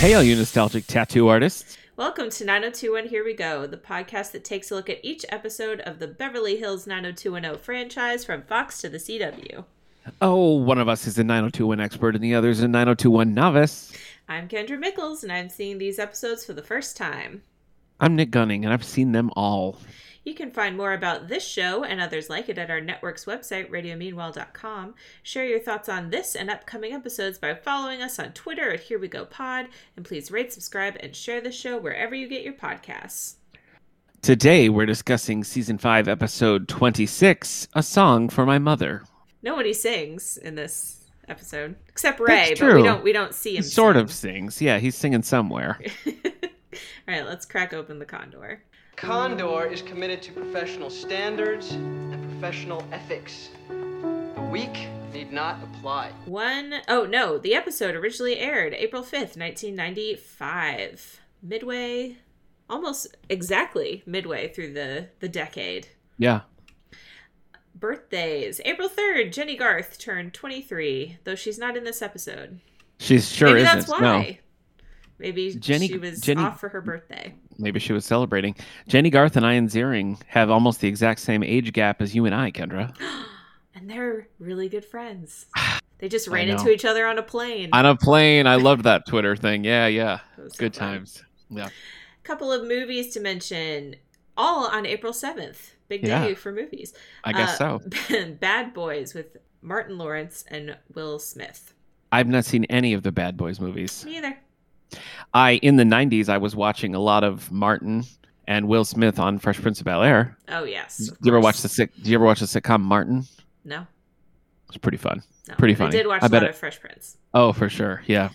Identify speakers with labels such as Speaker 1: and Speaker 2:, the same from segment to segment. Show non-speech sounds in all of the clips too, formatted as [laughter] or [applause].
Speaker 1: Hey, all you nostalgic tattoo artists.
Speaker 2: Welcome to 90210 Here We Go, the podcast that takes a look at each episode of the Beverly Hills 90210 franchise from Fox to the CW.
Speaker 1: Oh, one of us is a 9021 expert and the other is a 9021 novice.
Speaker 2: I'm Kendra Mickles, and I'm seeing these episodes for the first time.
Speaker 1: I'm Nick Gunning, and I've seen them all.
Speaker 2: You can find more about this show and others like it at our network's website, radiomeanwhile.com. Share your thoughts on this and upcoming episodes by following us on Twitter at Here We Go Pod, and please rate, subscribe, and share the show wherever you get your podcasts.
Speaker 1: Today, we're discussing season 5, episode 26 A Song for My Mother.
Speaker 2: Nobody sings in this episode except Ray, but
Speaker 1: true.
Speaker 2: we don't we don't see
Speaker 1: He
Speaker 2: him.
Speaker 1: sort
Speaker 2: sing.
Speaker 1: of sings. Yeah, he's singing somewhere.
Speaker 2: [laughs] All right, let's crack open the Condor.
Speaker 3: Condor is committed to professional standards and professional ethics. The weak need not apply.
Speaker 2: One oh no, the episode originally aired April 5th, 1995. Midway almost exactly midway through the the decade.
Speaker 1: Yeah.
Speaker 2: Birthdays. April 3rd, Jenny Garth turned 23, though she's not in this episode.
Speaker 1: She's sure
Speaker 2: Maybe
Speaker 1: isn't.
Speaker 2: that's why.
Speaker 1: No,
Speaker 2: Maybe
Speaker 1: Jenny-
Speaker 2: she was
Speaker 1: Jenny-
Speaker 2: off for her birthday. [gasps]
Speaker 1: maybe she was celebrating. Jenny Garth and Ian Ziering have almost the exact same age gap as you and I, Kendra.
Speaker 2: And they're really
Speaker 1: [sighs]
Speaker 2: good friends. They just
Speaker 1: I
Speaker 2: ran
Speaker 1: know.
Speaker 2: into each other on a plane.
Speaker 1: On a plane. I loved that Twitter thing. Yeah, yeah.
Speaker 2: That was so
Speaker 1: Good
Speaker 2: fun.
Speaker 1: times. Yeah.
Speaker 2: couple of movies to mention, all on April 7th. Big day
Speaker 1: Yeah.
Speaker 2: for movies. [laughs]
Speaker 1: I guess
Speaker 2: Uh,
Speaker 1: so.
Speaker 2: Bad Boys with Martin Lawrence and Will Smith.
Speaker 1: I've not seen any of the Bad Boys movies.
Speaker 2: Me either.
Speaker 1: I in the 90s I was watching a lot of Martin and Will Smith on Fresh Prince of Bel Air.
Speaker 2: Oh, yes.
Speaker 1: Do
Speaker 2: of
Speaker 1: you ever
Speaker 2: course.
Speaker 1: watch the sick? Do you ever watch the sitcom Martin?
Speaker 2: No.
Speaker 1: It's pretty fun.
Speaker 2: no.
Speaker 1: Pretty
Speaker 2: I
Speaker 1: funny.
Speaker 2: did watch
Speaker 1: I
Speaker 2: a
Speaker 1: bet
Speaker 2: lot
Speaker 1: it-
Speaker 2: of Fresh Prince.
Speaker 1: Oh, for sure.
Speaker 2: [laughs]
Speaker 1: Yeah.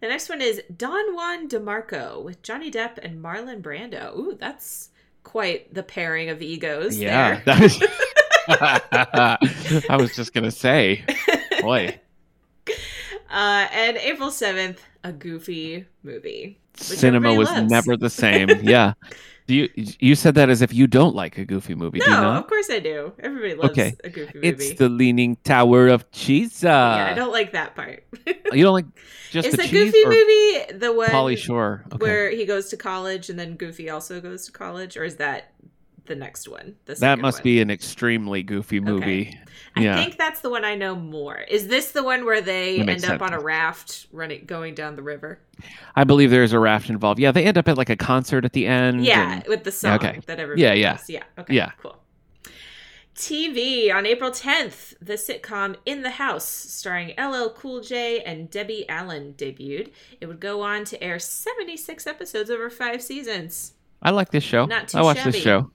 Speaker 2: The next one is Don Juan DeMarco with Johnny Depp and Marlon Brando. Ooh, that's quite the pairing of egos
Speaker 1: yeah.
Speaker 2: there.
Speaker 1: That
Speaker 2: [laughs]
Speaker 1: was- [laughs] I was just gonna say,
Speaker 2: [laughs]
Speaker 1: boy,
Speaker 2: Uh, and April 7th, a goofy movie.
Speaker 1: cinema
Speaker 2: everybody
Speaker 1: was
Speaker 2: loves.
Speaker 1: never
Speaker 2: [laughs]
Speaker 1: the same. Yeah. Do you you said that as if you don't like a goofy movie? do you
Speaker 2: no,
Speaker 1: not?
Speaker 2: of course I do. Everybody loves
Speaker 1: Okay.
Speaker 2: a goofy movie. Oh,
Speaker 1: It's the uh, Leaning Tower of Cheese.
Speaker 2: yeah, I don't like that part.
Speaker 1: You don't like just
Speaker 2: Is
Speaker 1: the
Speaker 2: the
Speaker 1: cheese
Speaker 2: Goofy
Speaker 1: or
Speaker 2: movie the one
Speaker 1: Polly Shore? Okay.
Speaker 2: where he goes to college and then Goofy also goes to college, or is that the next one? The
Speaker 1: That
Speaker 2: second
Speaker 1: must
Speaker 2: one?
Speaker 1: be an extremely goofy movie.
Speaker 2: I
Speaker 1: Yeah.
Speaker 2: think that's the one I know more. Is this the one where they
Speaker 1: That
Speaker 2: end up
Speaker 1: makes
Speaker 2: on
Speaker 1: sense.
Speaker 2: a raft running going down the river?
Speaker 1: I believe there is a raft involved. Yeah, they end up at like a concert at the end.
Speaker 2: Yeah,
Speaker 1: and-
Speaker 2: with the song
Speaker 1: Mm, okay.
Speaker 2: that everybody
Speaker 1: Yeah, yeah.
Speaker 2: knows. Yeah, okay.
Speaker 1: Yeah.
Speaker 2: Cool. TV on April 10th, the sitcom In the House, starring LL Cool J and Debbie Allen, debuted. It would go on to air 76 episodes over five seasons.
Speaker 1: I like this show.
Speaker 2: Not too
Speaker 1: I watch this
Speaker 2: shabby.
Speaker 1: show.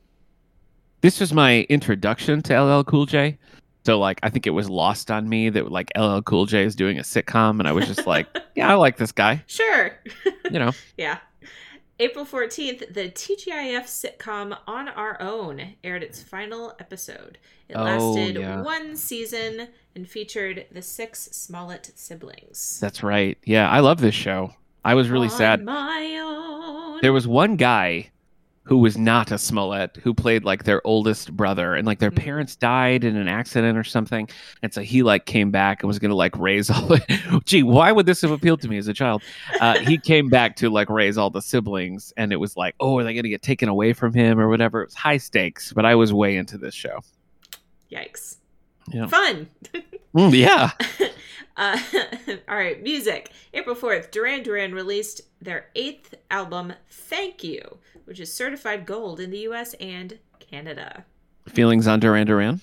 Speaker 1: This was my introduction to LL Cool J. So like I think it was lost on me that like LL Cool J is doing a sitcom and I was just
Speaker 2: [laughs]
Speaker 1: like, yeah, I like this guy,
Speaker 2: Sure.
Speaker 1: you know.
Speaker 2: Yeah. April 14th, the TGIF sitcom On Our Own aired its final episode. It
Speaker 1: Oh,
Speaker 2: lasted
Speaker 1: yeah.
Speaker 2: one season and featured the six Smollett siblings.
Speaker 1: That's right. Yeah, I love this show. I was really
Speaker 2: On
Speaker 1: sad.
Speaker 2: My own.
Speaker 1: There was one guy who was not a Smollett who played like their oldest brother and like their
Speaker 2: Mhm.
Speaker 1: parents died in an accident or something. And so he like came back and was going to like raise all the, [laughs] gee, why would this have appealed to me as a child? Uh, he came back to like raise all the siblings and it was like, oh, are they going to get taken away from him or whatever? It was high stakes, but I was way into this show.
Speaker 2: Yikes.
Speaker 1: Yeah.
Speaker 2: Fun. [laughs]
Speaker 1: Mm, yeah.
Speaker 2: Uh, [laughs] all right, music. April 4th, Duran Duran released their eighth album, Thank You, which is certified gold in the US and Canada.
Speaker 1: Feelings on Duran Duran?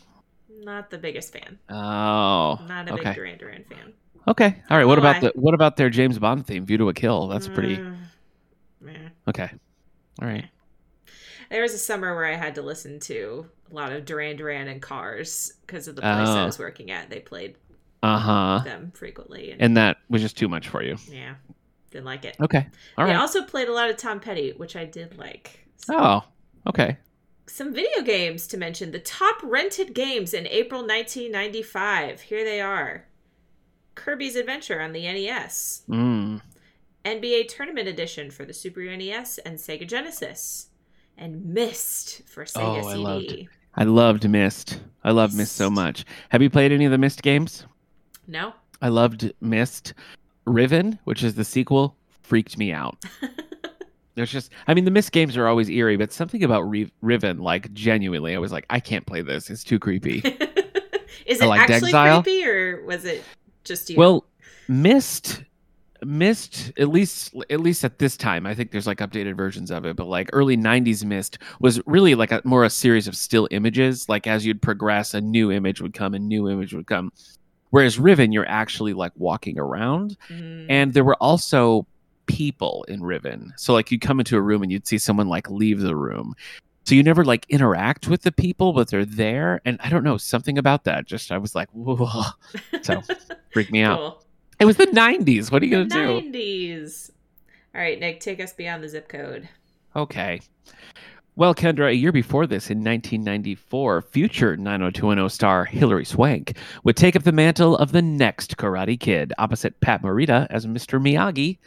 Speaker 2: Not the biggest fan.
Speaker 1: Oh.
Speaker 2: Not a
Speaker 1: okay.
Speaker 2: big Duran Duran fan.
Speaker 1: Okay. All right.
Speaker 2: know
Speaker 1: What about
Speaker 2: why.
Speaker 1: the what about their James Bond theme, View to a Kill? That's pretty
Speaker 2: Mm, meh.
Speaker 1: okay. All right.
Speaker 2: There was a summer where I had to listen to a lot of Duran Duran and Cars because of the
Speaker 1: Oh.
Speaker 2: place I was working at. They played
Speaker 1: Uh huh.
Speaker 2: them frequently, and,
Speaker 1: and that was just too much for you.
Speaker 2: yeah, didn't like it.
Speaker 1: Okay. All
Speaker 2: They
Speaker 1: right.
Speaker 2: also played a lot of Tom Petty, which I did like. So-
Speaker 1: Oh. Okay.
Speaker 2: some video games to mention. The top rented games in April 1995. Here they are Kirby's Adventure on the E NES,
Speaker 1: Mm.
Speaker 2: NBA Tournament Edition for the Super NES and Sega Genesis, and Myst for Sega
Speaker 1: Oh, I
Speaker 2: CD.
Speaker 1: loved I loved Mist. I love Mist so
Speaker 2: Myst.
Speaker 1: much. Have you played any of the Mist games?
Speaker 2: No?
Speaker 1: I loved Mist. Riven, which is the sequel freaked me out. There's just, I mean, the missed games are always eerie, but something about Re- Riven, like genuinely, I was like, I can't play this. It's too creepy.
Speaker 2: [laughs] Is
Speaker 1: I
Speaker 2: it
Speaker 1: liked
Speaker 2: actually
Speaker 1: Exile.
Speaker 2: creepy or was it just you?
Speaker 1: Well, missed, missed at least at least at this time. I think there's like updated versions of it, but like early '90s missed was really like a, more a series of still images. Like as you'd progress, a new image would come, and new image would come. Whereas Riven, you're actually like walking around,
Speaker 2: Mm.
Speaker 1: and there were also people in Riven. So like you'd come into a room and you'd see someone like leave the room. So you never like interact with the people, but they're there. And I don't know, something about that just I was like, [laughs] whoa, so
Speaker 2: [laughs]
Speaker 1: freaked me out.
Speaker 2: Cool.
Speaker 1: It was the 90s. What are you going to do?
Speaker 2: 90s. All right, Nick, take us beyond the zip code.
Speaker 1: Okay. Well, Kendra, a year before this, in 1994, future 90210 star Hilary Swank would take up the mantle of the next Karate Kid opposite Pat Morita as Mr. Miyagi.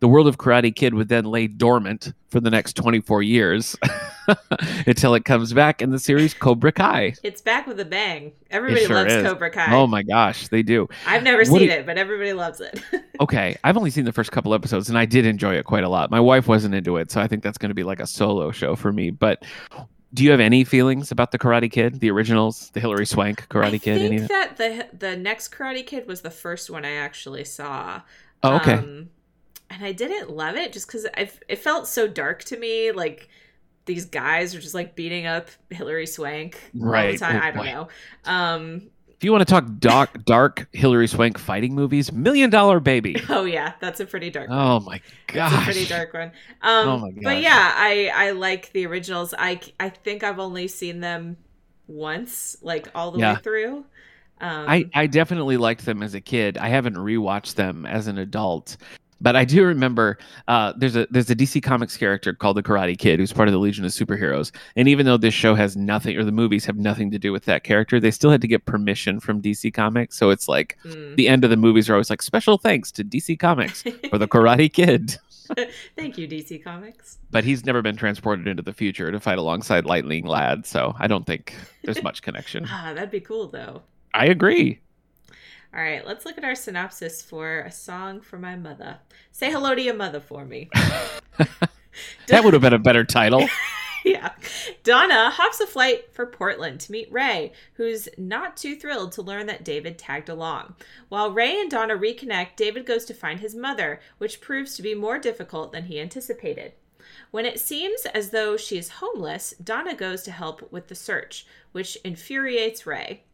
Speaker 1: The world of Karate Kid would then lay dormant for the next 24 years [laughs] until it comes back in the series Cobra Kai.
Speaker 2: It's back with a bang. Everybody
Speaker 1: sure
Speaker 2: loves
Speaker 1: is.
Speaker 2: Cobra Kai.
Speaker 1: Oh my gosh, they do.
Speaker 2: I've never
Speaker 1: What
Speaker 2: seen
Speaker 1: do-
Speaker 2: it, but everybody loves it.
Speaker 1: Okay, I've only seen the first couple episodes and I did enjoy it quite a lot. My wife wasn't into it, so I think that's going to be like a solo show for me. But do you have any feelings about the Karate Kid, the originals, the Hillary Swank Karate
Speaker 2: [laughs] I
Speaker 1: Kid? Any
Speaker 2: think
Speaker 1: of
Speaker 2: that the the next Karate Kid was the first one I actually saw.
Speaker 1: Oh, okay.
Speaker 2: Um, and I didn't love it just because it felt so dark to me. Like these guys are just like beating up Hillary Swank all the
Speaker 1: Right.
Speaker 2: time.
Speaker 1: Oh,
Speaker 2: I don't
Speaker 1: boy.
Speaker 2: know. Um,
Speaker 1: if you want to talk dark, dark Hillary Swank fighting movies, Million Dollar Baby.
Speaker 2: oh yeah, that's a pretty dark. one.
Speaker 1: Oh my
Speaker 2: That's a
Speaker 1: gosh.
Speaker 2: pretty dark one. Um,
Speaker 1: Oh my
Speaker 2: But
Speaker 1: gosh.
Speaker 2: yeah, I I like the originals. I I think I've only seen them once, like all the
Speaker 1: Yeah.
Speaker 2: way through. Um,
Speaker 1: I, I definitely liked them as a kid. I haven't rewatched them as an adult, but I do remember uh, there's a there's a DC Comics character called the Karate Kid who's part of the Legion of Superheroes. And even though this show has nothing or the movies have nothing to do with that character, they still had to get permission from DC Comics. So it's like
Speaker 2: mm.
Speaker 1: the end of the movies are always like special thanks to DC Comics for the Karate Kid.
Speaker 2: [laughs]
Speaker 1: [laughs]
Speaker 2: Thank you, DC Comics.
Speaker 1: But he's never been transported into the future to fight alongside Lightning Lad, so I don't think there's much
Speaker 2: [laughs]
Speaker 1: connection.
Speaker 2: Ah, that'd be cool though.
Speaker 1: I agree.
Speaker 2: All right, let's look at our synopsis for a song for my mother. Say hello to your mother for me.
Speaker 1: That would have been a better title.
Speaker 2: [laughs] yeah. Donna hops a flight for Portland to meet Ray, who's not too thrilled to learn that David tagged along. While Ray and Donna reconnect, David goes to find his mother, which proves to be more difficult than he anticipated. When it seems as though she is homeless, Donna goes to help with the search, which infuriates Ray.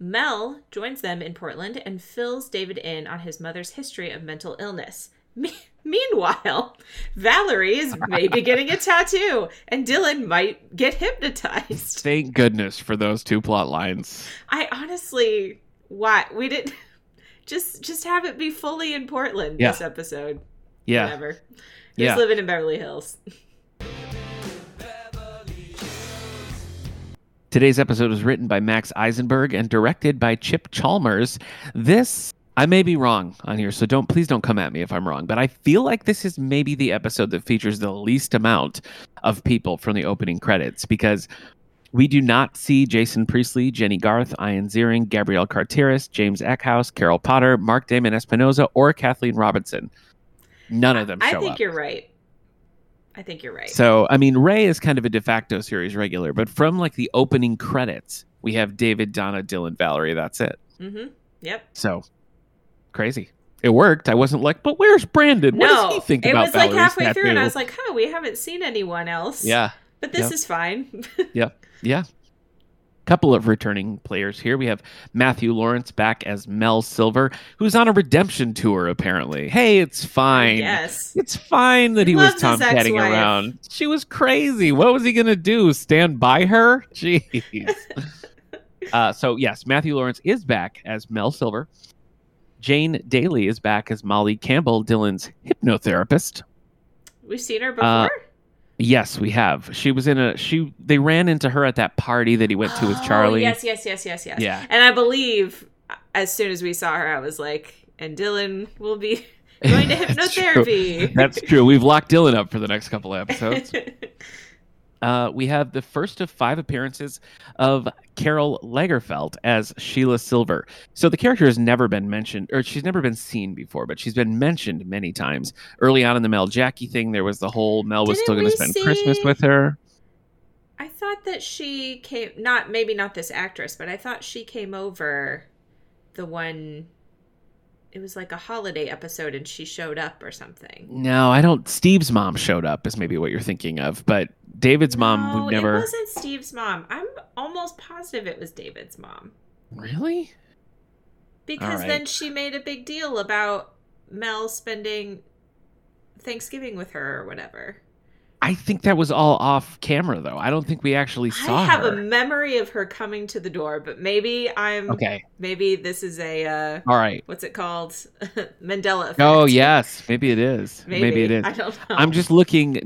Speaker 2: Mel joins them in Portland and fills David in on his mother's history of mental illness. [laughs] Me- meanwhile, Valerie is maybe getting a tattoo, and Dylan might get hypnotized.
Speaker 1: Thank goodness for those two plot lines.
Speaker 2: I honestly, why we didn't [laughs] just just have it be fully in Portland this episode.
Speaker 1: Yeah.
Speaker 2: Whatever. Who's
Speaker 1: Yeah.
Speaker 2: living in Beverly Hills?
Speaker 1: Today's episode was written by Max Eisenberg and directed by Chip Chalmers. This I may be wrong on here, so don't please don't come at me if I'm wrong, but I feel like this is maybe the episode that features the least amount of people from the opening credits because we do not see Jason Priestley, Jenny Garth, Ian Ziering, Gabrielle Carteris, James Eckhouse, Carol Potter, Mark Damon Espinosa, or Kathleen Robinson. None of them show
Speaker 2: I think
Speaker 1: up.
Speaker 2: you're right. I think you're right.
Speaker 1: So, I mean, Ray is kind of a de facto series regular, but from like the opening credits, we have David, Donna, Dylan, Valerie. That's it.
Speaker 2: mm-hmm. Yep.
Speaker 1: So crazy. It worked. I wasn't like, but where's Brandon? What does he think
Speaker 2: it
Speaker 1: about
Speaker 2: was like
Speaker 1: Valerie's
Speaker 2: halfway through, and I
Speaker 1: tattoo?"
Speaker 2: was like, "Huh, we haven't seen anyone else."
Speaker 1: yeah,
Speaker 2: but this
Speaker 1: yeah.
Speaker 2: is fine. [laughs]
Speaker 1: yeah. Couple of returning players here. We have Matthew Lawrence back as Mel Silver, who's on a redemption tour apparently. Hey, it's fine.
Speaker 2: yes,
Speaker 1: It's fine that
Speaker 2: He
Speaker 1: he, was
Speaker 2: loves his
Speaker 1: tomcatting
Speaker 2: ex-wife.
Speaker 1: around. She was crazy. What was he gonna do? Stand by her? [laughs]
Speaker 2: [laughs]
Speaker 1: Jeez. uh, so yes, Matthew Lawrence is back as Mel Silver. Jane Daly is back as Molly Campbell, Dylan's hypnotherapist.
Speaker 2: we've seen her before.
Speaker 1: Uh, Yes, we have. She was in a she. They ran into her at that party that he went to with
Speaker 2: [gasps] Oh,
Speaker 1: Charlie.
Speaker 2: Yes, yes, yes, yes, yes.
Speaker 1: Yeah.
Speaker 2: and I believe as soon as we saw her, I was like, "And Dylan will be [laughs] going to
Speaker 1: [laughs] That's true.
Speaker 2: hypnotherapy." [laughs]
Speaker 1: That's true. We've locked Dylan up for the next couple of episodes. uh, we have the first of five appearances of Carol Lagerfeld as Sheila Silver. So the character has never been mentioned, or she's never been seen before, but she's been mentioned many times. Early on in the Mel Jackie thing, there was the whole Mel was
Speaker 2: Didn't
Speaker 1: still going to
Speaker 2: we
Speaker 1: spend
Speaker 2: see-
Speaker 1: Christmas with her.
Speaker 2: I thought that she came not maybe not this actress, but I thought she came over the one it was like a holiday episode and she showed up or something.
Speaker 1: No, I don't. Steve's mom showed up, is maybe what you're thinking of, but David's mom
Speaker 2: No,
Speaker 1: would never.
Speaker 2: It wasn't Steve's mom. I'm almost positive it was David's mom.
Speaker 1: Really?
Speaker 2: Because
Speaker 1: right.
Speaker 2: then she made a big deal about Mel spending Thanksgiving with her or whatever.
Speaker 1: I think that was all off camera, though. I don't think we actually saw
Speaker 2: I have
Speaker 1: her.
Speaker 2: a memory of her coming to the door, but maybe I'm
Speaker 1: okay.
Speaker 2: maybe this is a uh
Speaker 1: All right.
Speaker 2: what's it called? [laughs] Mandela effect.
Speaker 1: Oh, yes. Maybe it is. Maybe,
Speaker 2: Maybe,
Speaker 1: it is.
Speaker 2: I don't know. [laughs]
Speaker 1: I'm just looking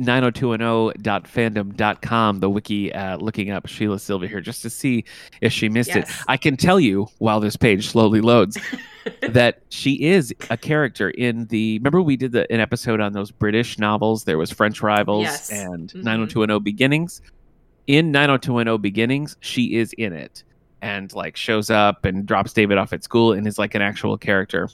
Speaker 1: 90210.fandom.com, the wiki, uh, looking up Sheila Silva here just to see if she missed it.
Speaker 2: Yes.
Speaker 1: I can tell you while this page slowly
Speaker 2: [laughs]
Speaker 1: loads that she is a character in the. Remember, we did the, an episode on those British novels. There was French Rivals
Speaker 2: Yes.
Speaker 1: and
Speaker 2: Mhm.
Speaker 1: 90210 Beginnings. In 90210 Beginnings, she is in it and like shows up and drops David off at school and is like an actual character.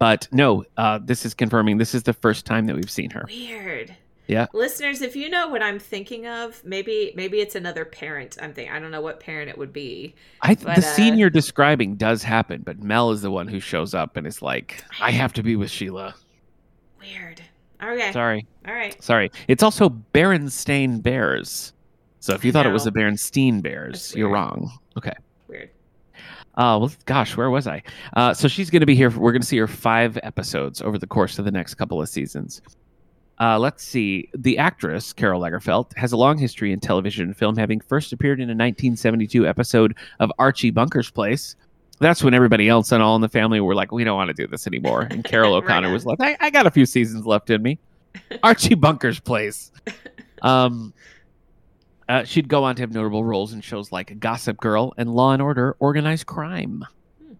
Speaker 1: But no, uh, this is confirming this is the first time that we've seen her.
Speaker 2: weird.
Speaker 1: Yeah.
Speaker 2: Listeners, if you know what I'm thinking of, maybe maybe it's another parent I'm thinking. I don't know what parent it would be.
Speaker 1: I th-
Speaker 2: But,
Speaker 1: the
Speaker 2: uh,
Speaker 1: scene you're describing does happen, but Mel is the one who shows up and is like, "I have to be with Sheila."
Speaker 2: Weird. Okay.
Speaker 1: Sorry,
Speaker 2: All right.
Speaker 1: sorry. It's also Berenstain Bears. So if you
Speaker 2: I
Speaker 1: thought it was
Speaker 2: know.
Speaker 1: the Berenstain Bears,
Speaker 2: That's
Speaker 1: you're
Speaker 2: weird.
Speaker 1: wrong. Okay.
Speaker 2: Weird.
Speaker 1: Uh, well, gosh, where was I? Uh, so she's going to be here. For, we're going to see her five episodes over the course of the next couple of seasons. Uh, let's see. The actress, Carol Lagerfeld, has a long history in television and film, having first appeared in a 1972 episode of Archie Bunker's Place. That's when everybody else and all in the family were like, we don't want to do this anymore. And
Speaker 2: [laughs]
Speaker 1: Carol
Speaker 2: Right
Speaker 1: O'Connor
Speaker 2: on.
Speaker 1: was like, I, I got a few seasons left in
Speaker 2: [laughs]
Speaker 1: me. Archie Bunker's Place. Um, uh, she'd go on to have notable roles in shows like Gossip Girl and Law and Order: Organized Crime.
Speaker 2: Hmm.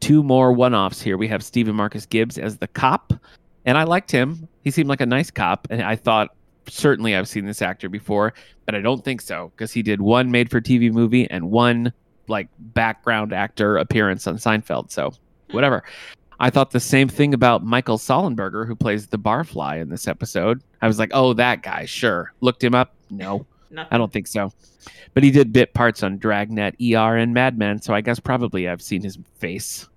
Speaker 1: Two more one-offs here. We have Stephen Marcus Gibbs as the cop, and I liked him. He seemed like a nice cop, and I thought certainly I've seen this actor before, but I don't think so because he did one made-for-TV movie and one like background actor appearance on Seinfeld. So whatever. I thought the same thing about Michael Sollenberger, who plays the barfly in this episode. I was like, oh, that guy, sure. Looked him up. No,
Speaker 2: Nothing.
Speaker 1: I don't think so. But he did bit parts on Dragnet, ER, and Mad Men, so I guess probably I've seen his face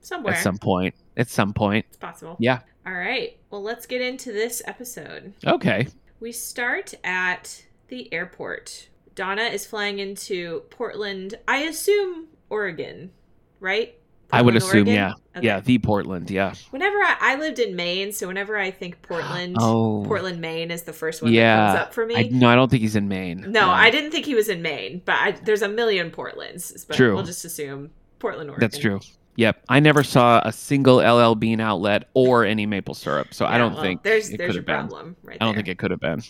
Speaker 2: Somewhere.
Speaker 1: at some point. At some point.
Speaker 2: it's possible.
Speaker 1: Yeah.
Speaker 2: All right. Well, let's get into this episode.
Speaker 1: Okay.
Speaker 2: We start at the airport. Donna is flying into Portland, I assume Oregon, right?
Speaker 1: I would
Speaker 2: Portland,
Speaker 1: assume,
Speaker 2: Oregon?
Speaker 1: yeah.
Speaker 2: Okay.
Speaker 1: Yeah, the Portland, yeah.
Speaker 2: Whenever I, I lived in Maine, so whenever I think Portland,
Speaker 1: [gasps] Oh.
Speaker 2: Portland, Maine is the first one
Speaker 1: Yeah.
Speaker 2: that comes up for me.
Speaker 1: I, no, I don't think he's in Maine.
Speaker 2: no,
Speaker 1: Yeah.
Speaker 2: I didn't think he was in Maine, but I, there's a million Portlands. But
Speaker 1: True.
Speaker 2: We'll just assume Portland, Oregon.
Speaker 1: That's true. Yep. I never saw a single LL Bean outlet or any maple syrup, so I
Speaker 2: Yeah,
Speaker 1: don't
Speaker 2: well,
Speaker 1: think
Speaker 2: there's
Speaker 1: it
Speaker 2: there's
Speaker 1: could
Speaker 2: your
Speaker 1: have been.
Speaker 2: problem right
Speaker 1: I don't
Speaker 2: there.
Speaker 1: think it could have been.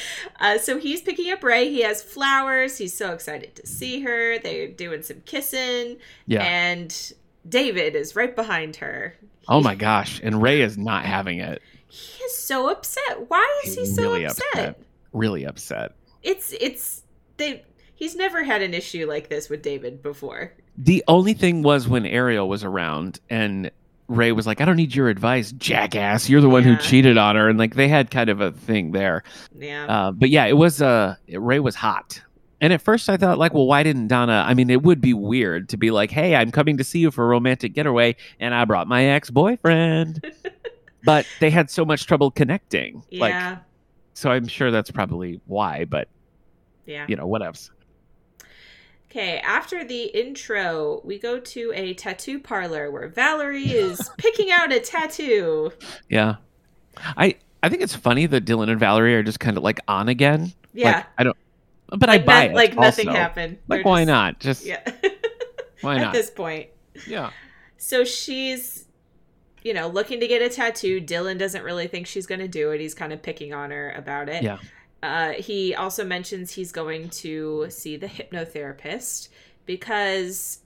Speaker 2: [laughs] uh, so he's picking up Ray. He has flowers. He's so excited to see her. They're doing some kissing,
Speaker 1: Yeah.
Speaker 2: and David is right behind her.
Speaker 1: Oh my gosh. And Ray is not having it.
Speaker 2: He is so upset. Why is he
Speaker 1: He's
Speaker 2: so
Speaker 1: really
Speaker 2: upset?
Speaker 1: upset. Really upset.
Speaker 2: It's it's they. He's never had an issue like this with David before.
Speaker 1: The only thing was when Ariel was around and Ray was like, I don't need your advice, jackass. You're the one
Speaker 2: Yeah.
Speaker 1: who cheated on her. And like they had kind of a thing there.
Speaker 2: Yeah,
Speaker 1: Uh, but yeah, it was, uh, Ray was hot. And at first I thought, like, well, why didn't Donna? I mean, it would be weird to be like, hey, I'm coming to see you for a romantic getaway and I brought my ex
Speaker 2: [laughs]
Speaker 1: boyfriend. but they had so much trouble connecting. Like,
Speaker 2: yeah,
Speaker 1: so I'm sure that's probably why, but
Speaker 2: yeah.
Speaker 1: you know, what else?
Speaker 2: Okay, after the intro, we go to a tattoo parlor where Valerie
Speaker 1: [laughs]
Speaker 2: is picking out a tattoo.
Speaker 1: Yeah. I I think it's funny that Dylan and Valerie are just kind of like on again.
Speaker 2: Yeah.
Speaker 1: Like, I don't but I
Speaker 2: like,
Speaker 1: buy
Speaker 2: not-
Speaker 1: it.
Speaker 2: like nothing
Speaker 1: also.
Speaker 2: happened.
Speaker 1: Like
Speaker 2: They're
Speaker 1: why
Speaker 2: just-
Speaker 1: not? Just
Speaker 2: Yeah. [laughs]
Speaker 1: why
Speaker 2: At
Speaker 1: not?
Speaker 2: this point.
Speaker 1: Yeah.
Speaker 2: So she's, you know, looking to get a tattoo. Dylan doesn't really think she's going to do it. He's kind of picking on her about it.
Speaker 1: Yeah.
Speaker 2: Uh, he also mentions he's going to see the hypnotherapist because,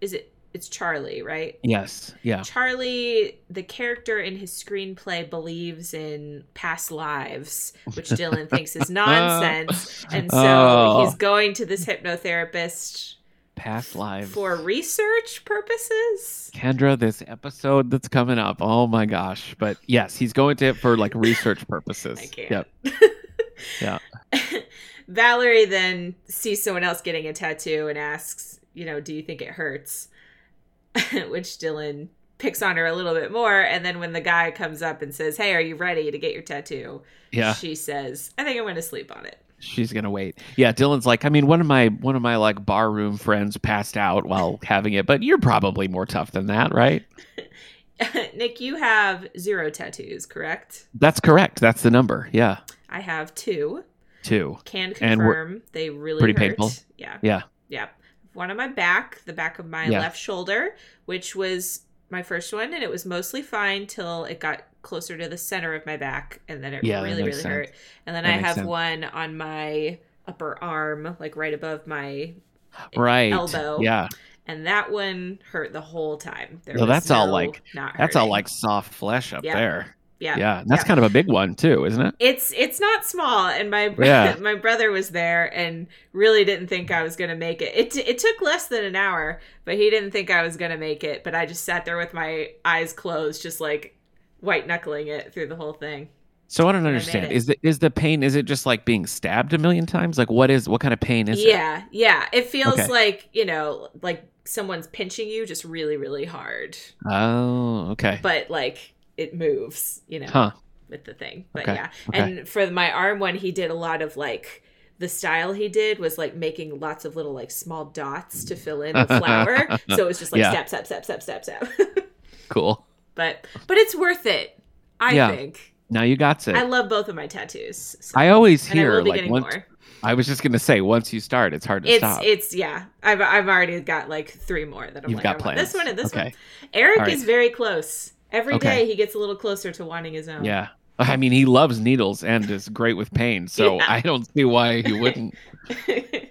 Speaker 2: is it it's Charlie, right?
Speaker 1: Yes. Yeah.
Speaker 2: Charlie, the character in his screenplay, believes in past lives, which
Speaker 1: [laughs]
Speaker 2: Dylan thinks is nonsense. And so
Speaker 1: Oh.
Speaker 2: he's going to this hypnotherapist
Speaker 1: Past lives.
Speaker 2: for research purposes.
Speaker 1: Kendra, this episode that's coming up. Oh my gosh. But yes, he's going to it for like research purposes.
Speaker 2: [laughs] I can't.
Speaker 1: Yep.
Speaker 2: [laughs]
Speaker 1: Yeah.
Speaker 2: Valerie then sees someone else getting a tattoo and asks, you know, do you think it hurts? [laughs] Which Dylan picks on her a little bit more. And then when the guy comes up and says, hey, are you ready to get your tattoo?
Speaker 1: Yeah.
Speaker 2: She says, I think I'm going to sleep on it. [laughs]
Speaker 1: She's gonna wait. Yeah, Dylan's like, I mean, one of my one of my like barroom friends passed out while having it, but you're probably more tough than that, right?
Speaker 2: Nick, you have zero tattoos, correct?
Speaker 1: That's correct. That's the number. Yeah.
Speaker 2: I have two.
Speaker 1: Two.
Speaker 2: Can
Speaker 1: And we're-
Speaker 2: confirm they really
Speaker 1: pretty
Speaker 2: hurt.
Speaker 1: painful.
Speaker 2: Yeah.
Speaker 1: Yeah.
Speaker 2: Yeah. One on my back, the back of my
Speaker 1: Yeah.
Speaker 2: left shoulder, which was my first one, and it was mostly fine till it got closer to the center of my back, and then it
Speaker 1: Yeah, that
Speaker 2: really, really
Speaker 1: makes
Speaker 2: hurt. And then
Speaker 1: That
Speaker 2: I
Speaker 1: makes
Speaker 2: have
Speaker 1: sense.
Speaker 2: one on my upper arm, like right above my,
Speaker 1: Right.
Speaker 2: Elbow.
Speaker 1: Yeah.
Speaker 2: and that one hurt the whole time. There
Speaker 1: No,
Speaker 2: was
Speaker 1: that's all,
Speaker 2: no
Speaker 1: like-
Speaker 2: not
Speaker 1: That's all
Speaker 2: hurting.
Speaker 1: like soft flesh up
Speaker 2: Yeah.
Speaker 1: there.
Speaker 2: yeah,
Speaker 1: Yeah. And that's
Speaker 2: Yeah.
Speaker 1: kind of a big one too, isn't it?
Speaker 2: It's it's not small, and my [laughs]
Speaker 1: Yeah.
Speaker 2: my brother was there and really didn't think I was gonna make it. It t- it took less than an hour, but he didn't think I was gonna make it. But I just sat there with my eyes closed, just like white knuckling it through the whole thing.
Speaker 1: So I don't
Speaker 2: I made
Speaker 1: understand.
Speaker 2: it.
Speaker 1: Is the is the pain is it just like being stabbed a million times? Like what is what kind of pain is it?
Speaker 2: yeah, yeah. It feels
Speaker 1: Okay.
Speaker 2: like you know, like someone's pinching you just really, really hard,
Speaker 1: Oh, okay.
Speaker 2: but like it moves, you know,
Speaker 1: Huh.
Speaker 2: with the thing. But
Speaker 1: Okay,
Speaker 2: yeah,
Speaker 1: okay.
Speaker 2: and for my arm one, he did a lot of like the style he did was like making lots of little like small dots to fill in the flower.
Speaker 1: [laughs]
Speaker 2: so it was just like
Speaker 1: Yeah.
Speaker 2: step, step, step, step, step, step. [laughs]
Speaker 1: Cool.
Speaker 2: but but it's worth it. I
Speaker 1: Yeah.
Speaker 2: think
Speaker 1: Now you got it.
Speaker 2: I
Speaker 1: I,
Speaker 2: love both of my tattoos. So.
Speaker 1: always
Speaker 2: and I
Speaker 1: hear
Speaker 2: will be
Speaker 1: like
Speaker 2: getting
Speaker 1: once
Speaker 2: more.
Speaker 1: I was just gonna say once you start, it's hard to
Speaker 2: It's
Speaker 1: stop.
Speaker 2: it's yeah. I've I've already got like three more that I'm
Speaker 1: You've
Speaker 2: like
Speaker 1: got
Speaker 2: I want
Speaker 1: plans.
Speaker 2: this one and this
Speaker 1: okay.
Speaker 2: one. Eric
Speaker 1: All right.
Speaker 2: is very close. Every day
Speaker 1: Okay.
Speaker 2: he gets a little closer to wanting his [laughs] own.
Speaker 1: Yeah. I mean, he loves needles and is great with pain, so
Speaker 2: Yeah.
Speaker 1: I don't see why he
Speaker 2: [laughs]
Speaker 1: wouldn't.
Speaker 2: okay.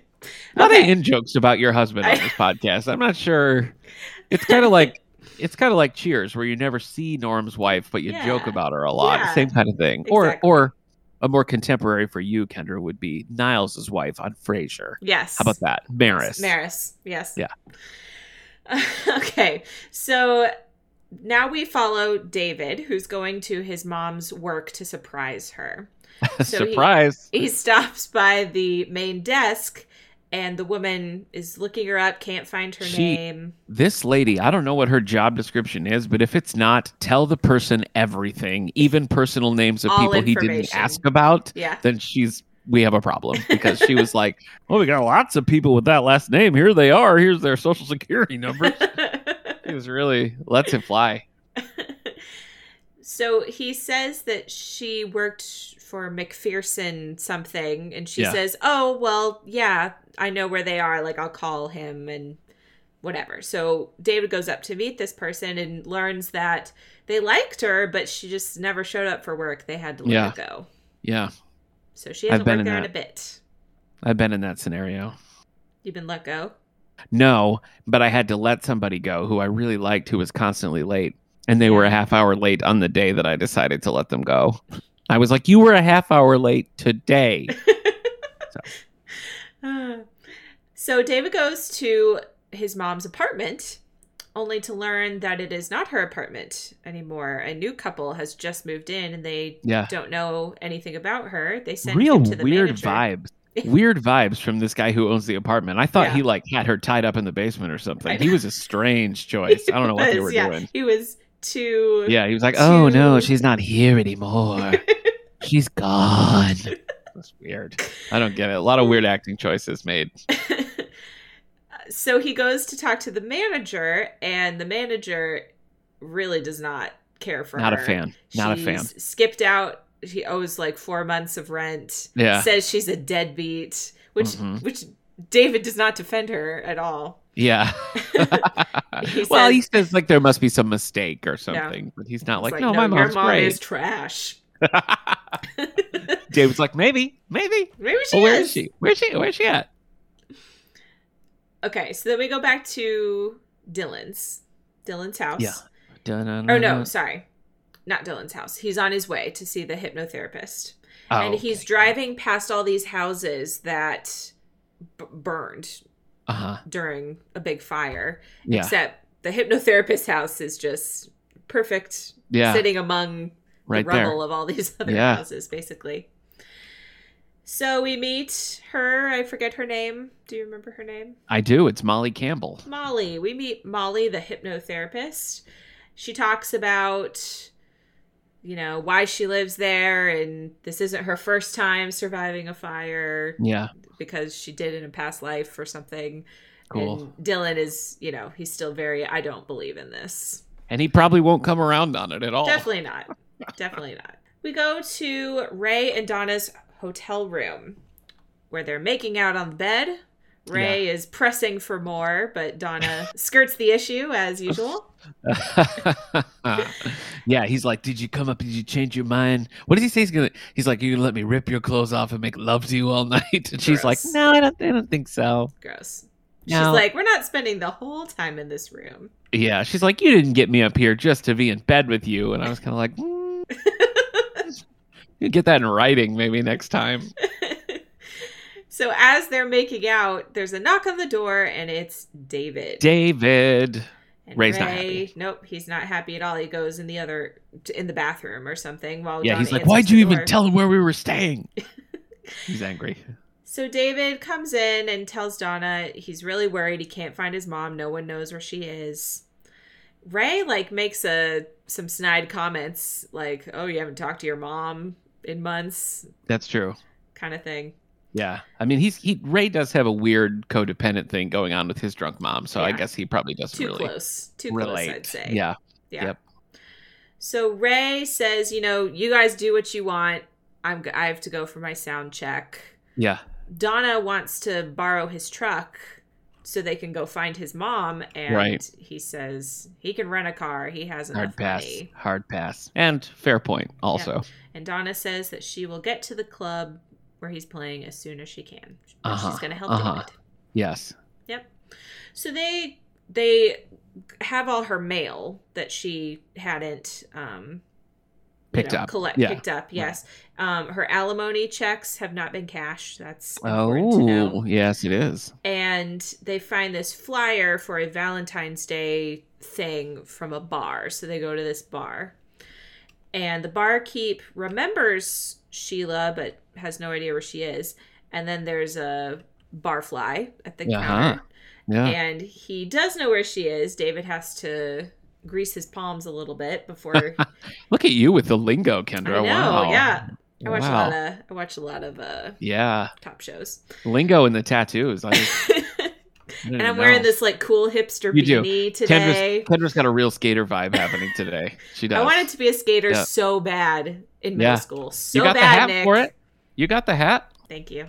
Speaker 1: A lot of in jokes about your husband
Speaker 2: [laughs]
Speaker 1: on
Speaker 2: I-
Speaker 1: this podcast. I'm not sure. It's kind of like it's kind of like Cheers, where you never see Norm's wife, but you joke
Speaker 2: Yeah.
Speaker 1: about her a lot.
Speaker 2: Yeah.
Speaker 1: Same kind of thing.
Speaker 2: Exactly.
Speaker 1: Or or a more contemporary for you, Kendra, would be Niles' wife on Frasier.
Speaker 2: Yes.
Speaker 1: How about that, Maris?
Speaker 2: Maris, yes.
Speaker 1: Yeah.
Speaker 2: [laughs] okay, so now we follow David, who's going to his mom's work to
Speaker 1: [laughs]
Speaker 2: surprise her. So he-
Speaker 1: Surprise!
Speaker 2: He stops by the main desk, and the woman is looking her up, can't find her
Speaker 1: She-
Speaker 2: name.
Speaker 1: This lady, I don't know what her job description is, but if it's not, tell the person everything, even personal names of
Speaker 2: All
Speaker 1: people he didn't
Speaker 2: information.
Speaker 1: ask about,
Speaker 2: Yeah. [laughs]
Speaker 1: then she's we have a problem because she was like, [laughs] "Well, we got lots of people with that last name. Here they are. Here's their social security
Speaker 2: [laughs]
Speaker 1: number." He was really lets it fly.
Speaker 2: so he says that she worked for McPherson something, and she
Speaker 1: Yeah.
Speaker 2: says, "Oh well, yeah, I know where they are. Like I'll call him and whatever." So David goes up to meet this person and learns that they liked her, but she just never showed up for work. They had to let her go,
Speaker 1: Yeah,
Speaker 2: so she
Speaker 1: I've
Speaker 2: hasn't
Speaker 1: been
Speaker 2: worked
Speaker 1: in
Speaker 2: there in
Speaker 1: that.
Speaker 2: a bit.
Speaker 1: I've been in that scenario.
Speaker 2: You've been let go.
Speaker 1: No, but I had to let somebody go who I really liked who was constantly late. And they were a half hour late on the day that I decided to let them go. I was like, You were a half hour late
Speaker 2: [laughs]
Speaker 1: today.
Speaker 2: [sighs] so David goes to his mom's apartment, only to learn that it is not her apartment anymore. A new couple has just moved in, and they
Speaker 1: Yeah.
Speaker 2: don't know anything about her. They send
Speaker 1: Real
Speaker 2: him to the
Speaker 1: weird
Speaker 2: manager. [laughs]
Speaker 1: vibes. Weird vibes from this guy who owns the apartment. I thought
Speaker 2: Yeah.
Speaker 1: he like had her tied up in the basement or something.
Speaker 2: I
Speaker 1: He
Speaker 2: know. [laughs]
Speaker 1: was a strange choice. I don't know what they
Speaker 2: Because,
Speaker 1: were
Speaker 2: yeah,
Speaker 1: doing.
Speaker 2: He was too.
Speaker 1: Yeah, he was like, "Oh no,
Speaker 2: Too-
Speaker 1: she's not here anymore. she's
Speaker 2: [laughs]
Speaker 1: gone." That's weird. I don't get it. A lot of weird acting choices made.
Speaker 2: [laughs] so he goes to talk to the manager, and the manager really does not care for
Speaker 1: Not a
Speaker 2: her.
Speaker 1: fan. Not a fan.
Speaker 2: She's Skipped out. She owes like four months of rent.
Speaker 1: Yeah.
Speaker 2: Says she's a deadbeat, which
Speaker 1: Mhm.
Speaker 2: which David does not defend her at
Speaker 1: [laughs]
Speaker 2: all.
Speaker 1: Yeah.
Speaker 2: [laughs] He
Speaker 1: [laughs] well,
Speaker 2: says-
Speaker 1: he says like there must be some mistake or something, but he's not
Speaker 2: It's
Speaker 1: like, no, my mom's
Speaker 2: your mom
Speaker 1: great.
Speaker 2: is trash.
Speaker 1: David's like, maybe, maybe.
Speaker 2: Maybe she
Speaker 1: Well, where is
Speaker 2: is.
Speaker 1: she? Where's she? Where's she at?
Speaker 2: Okay, so then we go back to Dylan's Dylan's house.
Speaker 1: Yeah. Oh, Mm-hmm.
Speaker 2: Or no, sorry. Not Dylan's house. He's on his way to see the hypnotherapist.
Speaker 1: Oh,
Speaker 2: and he's
Speaker 1: okay.
Speaker 2: driving past all these houses that b- burned
Speaker 1: Uh-huh.
Speaker 2: during a big fire.
Speaker 1: Yeah.
Speaker 2: Except the hypnotherapist's house is just perfect
Speaker 1: Yeah.
Speaker 2: sitting among
Speaker 1: right
Speaker 2: the
Speaker 1: there.
Speaker 2: rubble of all these [laughs] other
Speaker 1: Yeah.
Speaker 2: houses, basically. So we meet her. I forget her name. Do you remember her name?
Speaker 1: I do. It's Molly Campbell.
Speaker 2: Molly. We meet Molly, the hypnotherapist. She talks about, you know, why she lives there and this isn't her first time surviving a fire
Speaker 1: Yeah.
Speaker 2: because she did in a past life or something.
Speaker 1: Cool.
Speaker 2: And Dylan is, you know, he's still very, I don't believe in this.
Speaker 1: And he probably won't come around on it at all.
Speaker 2: Definitely not. Definitely not. We go to Ray and Donna's hotel room where they're making out on the bed. Ray is pressing for more, but Donna
Speaker 1: [laughs]
Speaker 2: skirts the issue as usual.
Speaker 1: [laughs] yeah, he's like, "Did you come up? Did you change your mind?" What does he say? He's gonna. He's like, "You gonna let me rip your clothes off and make love to you all [laughs] night?" And she's like,
Speaker 2: Gross.
Speaker 1: "No, I don't. I don't think so."
Speaker 2: Gross.
Speaker 1: No.
Speaker 2: She's like, we're not spending the whole time in this room. [laughs]
Speaker 1: Yeah, she's like, "You didn't get me up here just to be in bed with you," and I was kind of like,
Speaker 2: [laughs]
Speaker 1: mm. "You get that in writing, maybe next
Speaker 2: [laughs]
Speaker 1: time."
Speaker 2: so as they're making out, there's a knock on the door and it's David.
Speaker 1: David.
Speaker 2: And
Speaker 1: Ray's not happy.
Speaker 2: Nope, he's not happy at all. He goes in the other in the bathroom or something while
Speaker 1: yeah,
Speaker 2: Donna
Speaker 1: he's like,
Speaker 2: answers
Speaker 1: "Why'd you
Speaker 2: the
Speaker 1: even
Speaker 2: door."
Speaker 1: tell him where we were
Speaker 2: [laughs]
Speaker 1: staying?" he's angry.
Speaker 2: So David comes in and tells Donna he's really worried he can't find his mom. No one knows where she is. Ray like makes a some snide comments like, "Oh, you haven't talked to your mom in months,"
Speaker 1: That's true.
Speaker 2: kind of thing.
Speaker 1: Yeah, I mean, he's he Ray does have a weird codependent thing going on with his drunk mom, so I
Speaker 2: Yeah.
Speaker 1: guess he probably doesn't
Speaker 2: Too
Speaker 1: really
Speaker 2: close, eh? too
Speaker 1: relate.
Speaker 2: close, I'd say.
Speaker 1: Yeah,
Speaker 2: yeah.
Speaker 1: yep.
Speaker 2: So Ray says, "You know, you guys do what you want. I'm g- I have to go for my sound check."
Speaker 1: yeah,
Speaker 2: Donna wants to borrow his truck so they can go find his mom, and
Speaker 1: Right.
Speaker 2: he says he can rent a car. He has enough
Speaker 1: hard pass,
Speaker 2: money.
Speaker 1: hard pass, and fair point also.
Speaker 2: And Donna says that she will get to the club where he's playing as soon as she can.
Speaker 1: Uh-huh,
Speaker 2: She's going to help
Speaker 1: uh-huh.
Speaker 2: David.
Speaker 1: Yes,
Speaker 2: Yep. So they they have all her mail that she hadn't um, you
Speaker 1: picked
Speaker 2: know,
Speaker 1: up.
Speaker 2: collect
Speaker 1: yeah.
Speaker 2: picked up. Yes. Um, her alimony checks have not been cashed. That's important to know.
Speaker 1: Oh, yes, it is.
Speaker 2: and they find this flyer for a Valentine's Day thing from a bar. So they go to this bar. And the barkeep remembers Sheila but has no idea where she is. And then there's a barfly at the
Speaker 1: Uh-huh.
Speaker 2: counter.
Speaker 1: Yeah,
Speaker 2: And he does know where she is. David has to grease his palms a little bit
Speaker 1: [laughs]
Speaker 2: before
Speaker 1: look at you with the lingo,
Speaker 2: I
Speaker 1: Kendra. Oh,
Speaker 2: know,
Speaker 1: wow.
Speaker 2: yeah. I watch
Speaker 1: wow.
Speaker 2: a lot of I watch a lot of uh
Speaker 1: yeah,
Speaker 2: top shows. [laughs]
Speaker 1: lingo and the tattoos. I just,
Speaker 2: and I'm wearing this like cool hipster
Speaker 1: You do.
Speaker 2: beanie today.
Speaker 1: Kendra's, Kendra's got a real skater vibe happening today. She does.
Speaker 2: [laughs] I wanted to be a skater
Speaker 1: Yeah.
Speaker 2: so bad in middle
Speaker 1: Yeah.
Speaker 2: school. So
Speaker 1: you got
Speaker 2: bad,
Speaker 1: the hat
Speaker 2: Nick.
Speaker 1: for it. You got the hat.
Speaker 2: Thank you.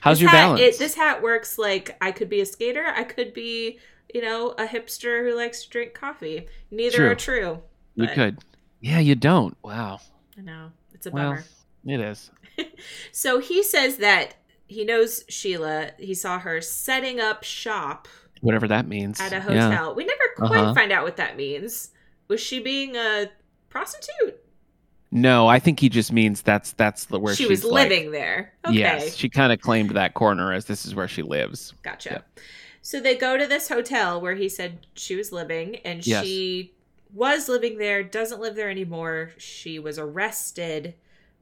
Speaker 1: How's
Speaker 2: This
Speaker 1: your
Speaker 2: hat,
Speaker 1: balance?
Speaker 2: It, this hat works like I could be a skater. I could be, you know, a hipster who likes to drink coffee. Neither
Speaker 1: True.
Speaker 2: are true.
Speaker 1: You
Speaker 2: but-
Speaker 1: could. Yeah, you don't. Wow.
Speaker 2: I know. It's a
Speaker 1: Well,
Speaker 2: bummer.
Speaker 1: it is.
Speaker 2: So he says that he knows Sheila. He saw her setting up shop
Speaker 1: Whatever that means.
Speaker 2: at a
Speaker 1: Yeah.
Speaker 2: hotel. We never quite
Speaker 1: Uh-huh.
Speaker 2: find out what that means. Was she being a prostitute?
Speaker 1: No, I think he just means that's that's the where
Speaker 2: she
Speaker 1: she's
Speaker 2: was
Speaker 1: like-
Speaker 2: living there. Okay.
Speaker 1: Yes, she kind of claimed that corner as this is where she lives.
Speaker 2: Gotcha.
Speaker 1: Yep.
Speaker 2: So they go to this hotel where he said she was living, and
Speaker 1: Yes.
Speaker 2: she was living there, doesn't live there anymore. She was arrested